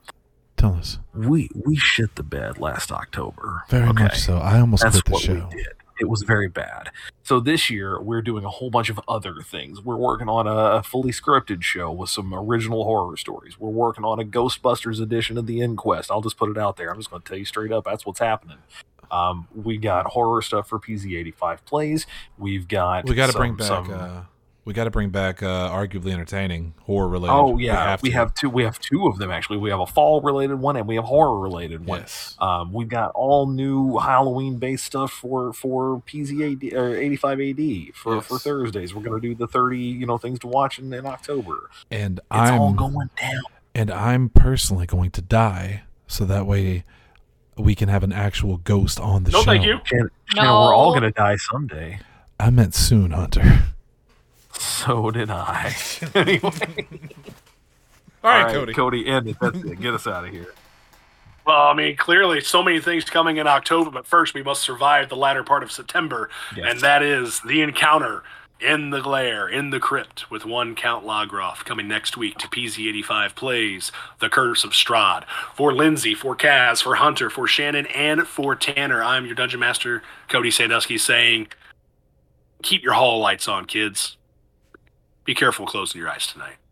Tell us.
we we shit the bed last October.
Very much so. I almost
That's
quit the
what
show.
we did. It was very bad. So this year we're doing a whole bunch of other things. We're working on a fully scripted show with some original horror stories. We're working on a Ghostbusters edition of The Inquest. I'll just put it out there. I'm just going to tell you straight up. That's what's happening. Um, we got horror stuff for PZ85 plays. We've got
We got to
some-
bring back.
some-
Uh, we got to bring back uh, arguably entertaining horror related.
oh yeah, we have,
to.
two. We have two of them actually. We have a fall related one and we have horror related one.
Yes.
Um, we've got all new Halloween based stuff for for PZ AD, or 85 AD for,
Yes.
for Thursdays. We're gonna do the 30 you know things to watch in, in October. It's
And
all
I'm
going down.
and I'm personally going to die, so that way we can have an actual ghost on the
No,
show.
thank you.
And, we're all
No.
gonna die someday.
I meant soon, Hunter.
So did I. anyway,
All right,
all right,
Cody.
Cody, end it. That's it. Get us out of here.
Well, I mean, clearly, so many things coming in October, but first we must survive the latter part of September,
Yes.
and that is the encounter in the glare, in the crypt, with one Count Lagroff coming next week to PZ85 Plays The Curse of Strahd. For Lindsay, for Kaz, for Hunter, for Shannon, and for Tanner, I'm your Dungeon Master, Cody Sandusky, saying, keep your hall lights on, kids. Be careful closing your eyes tonight.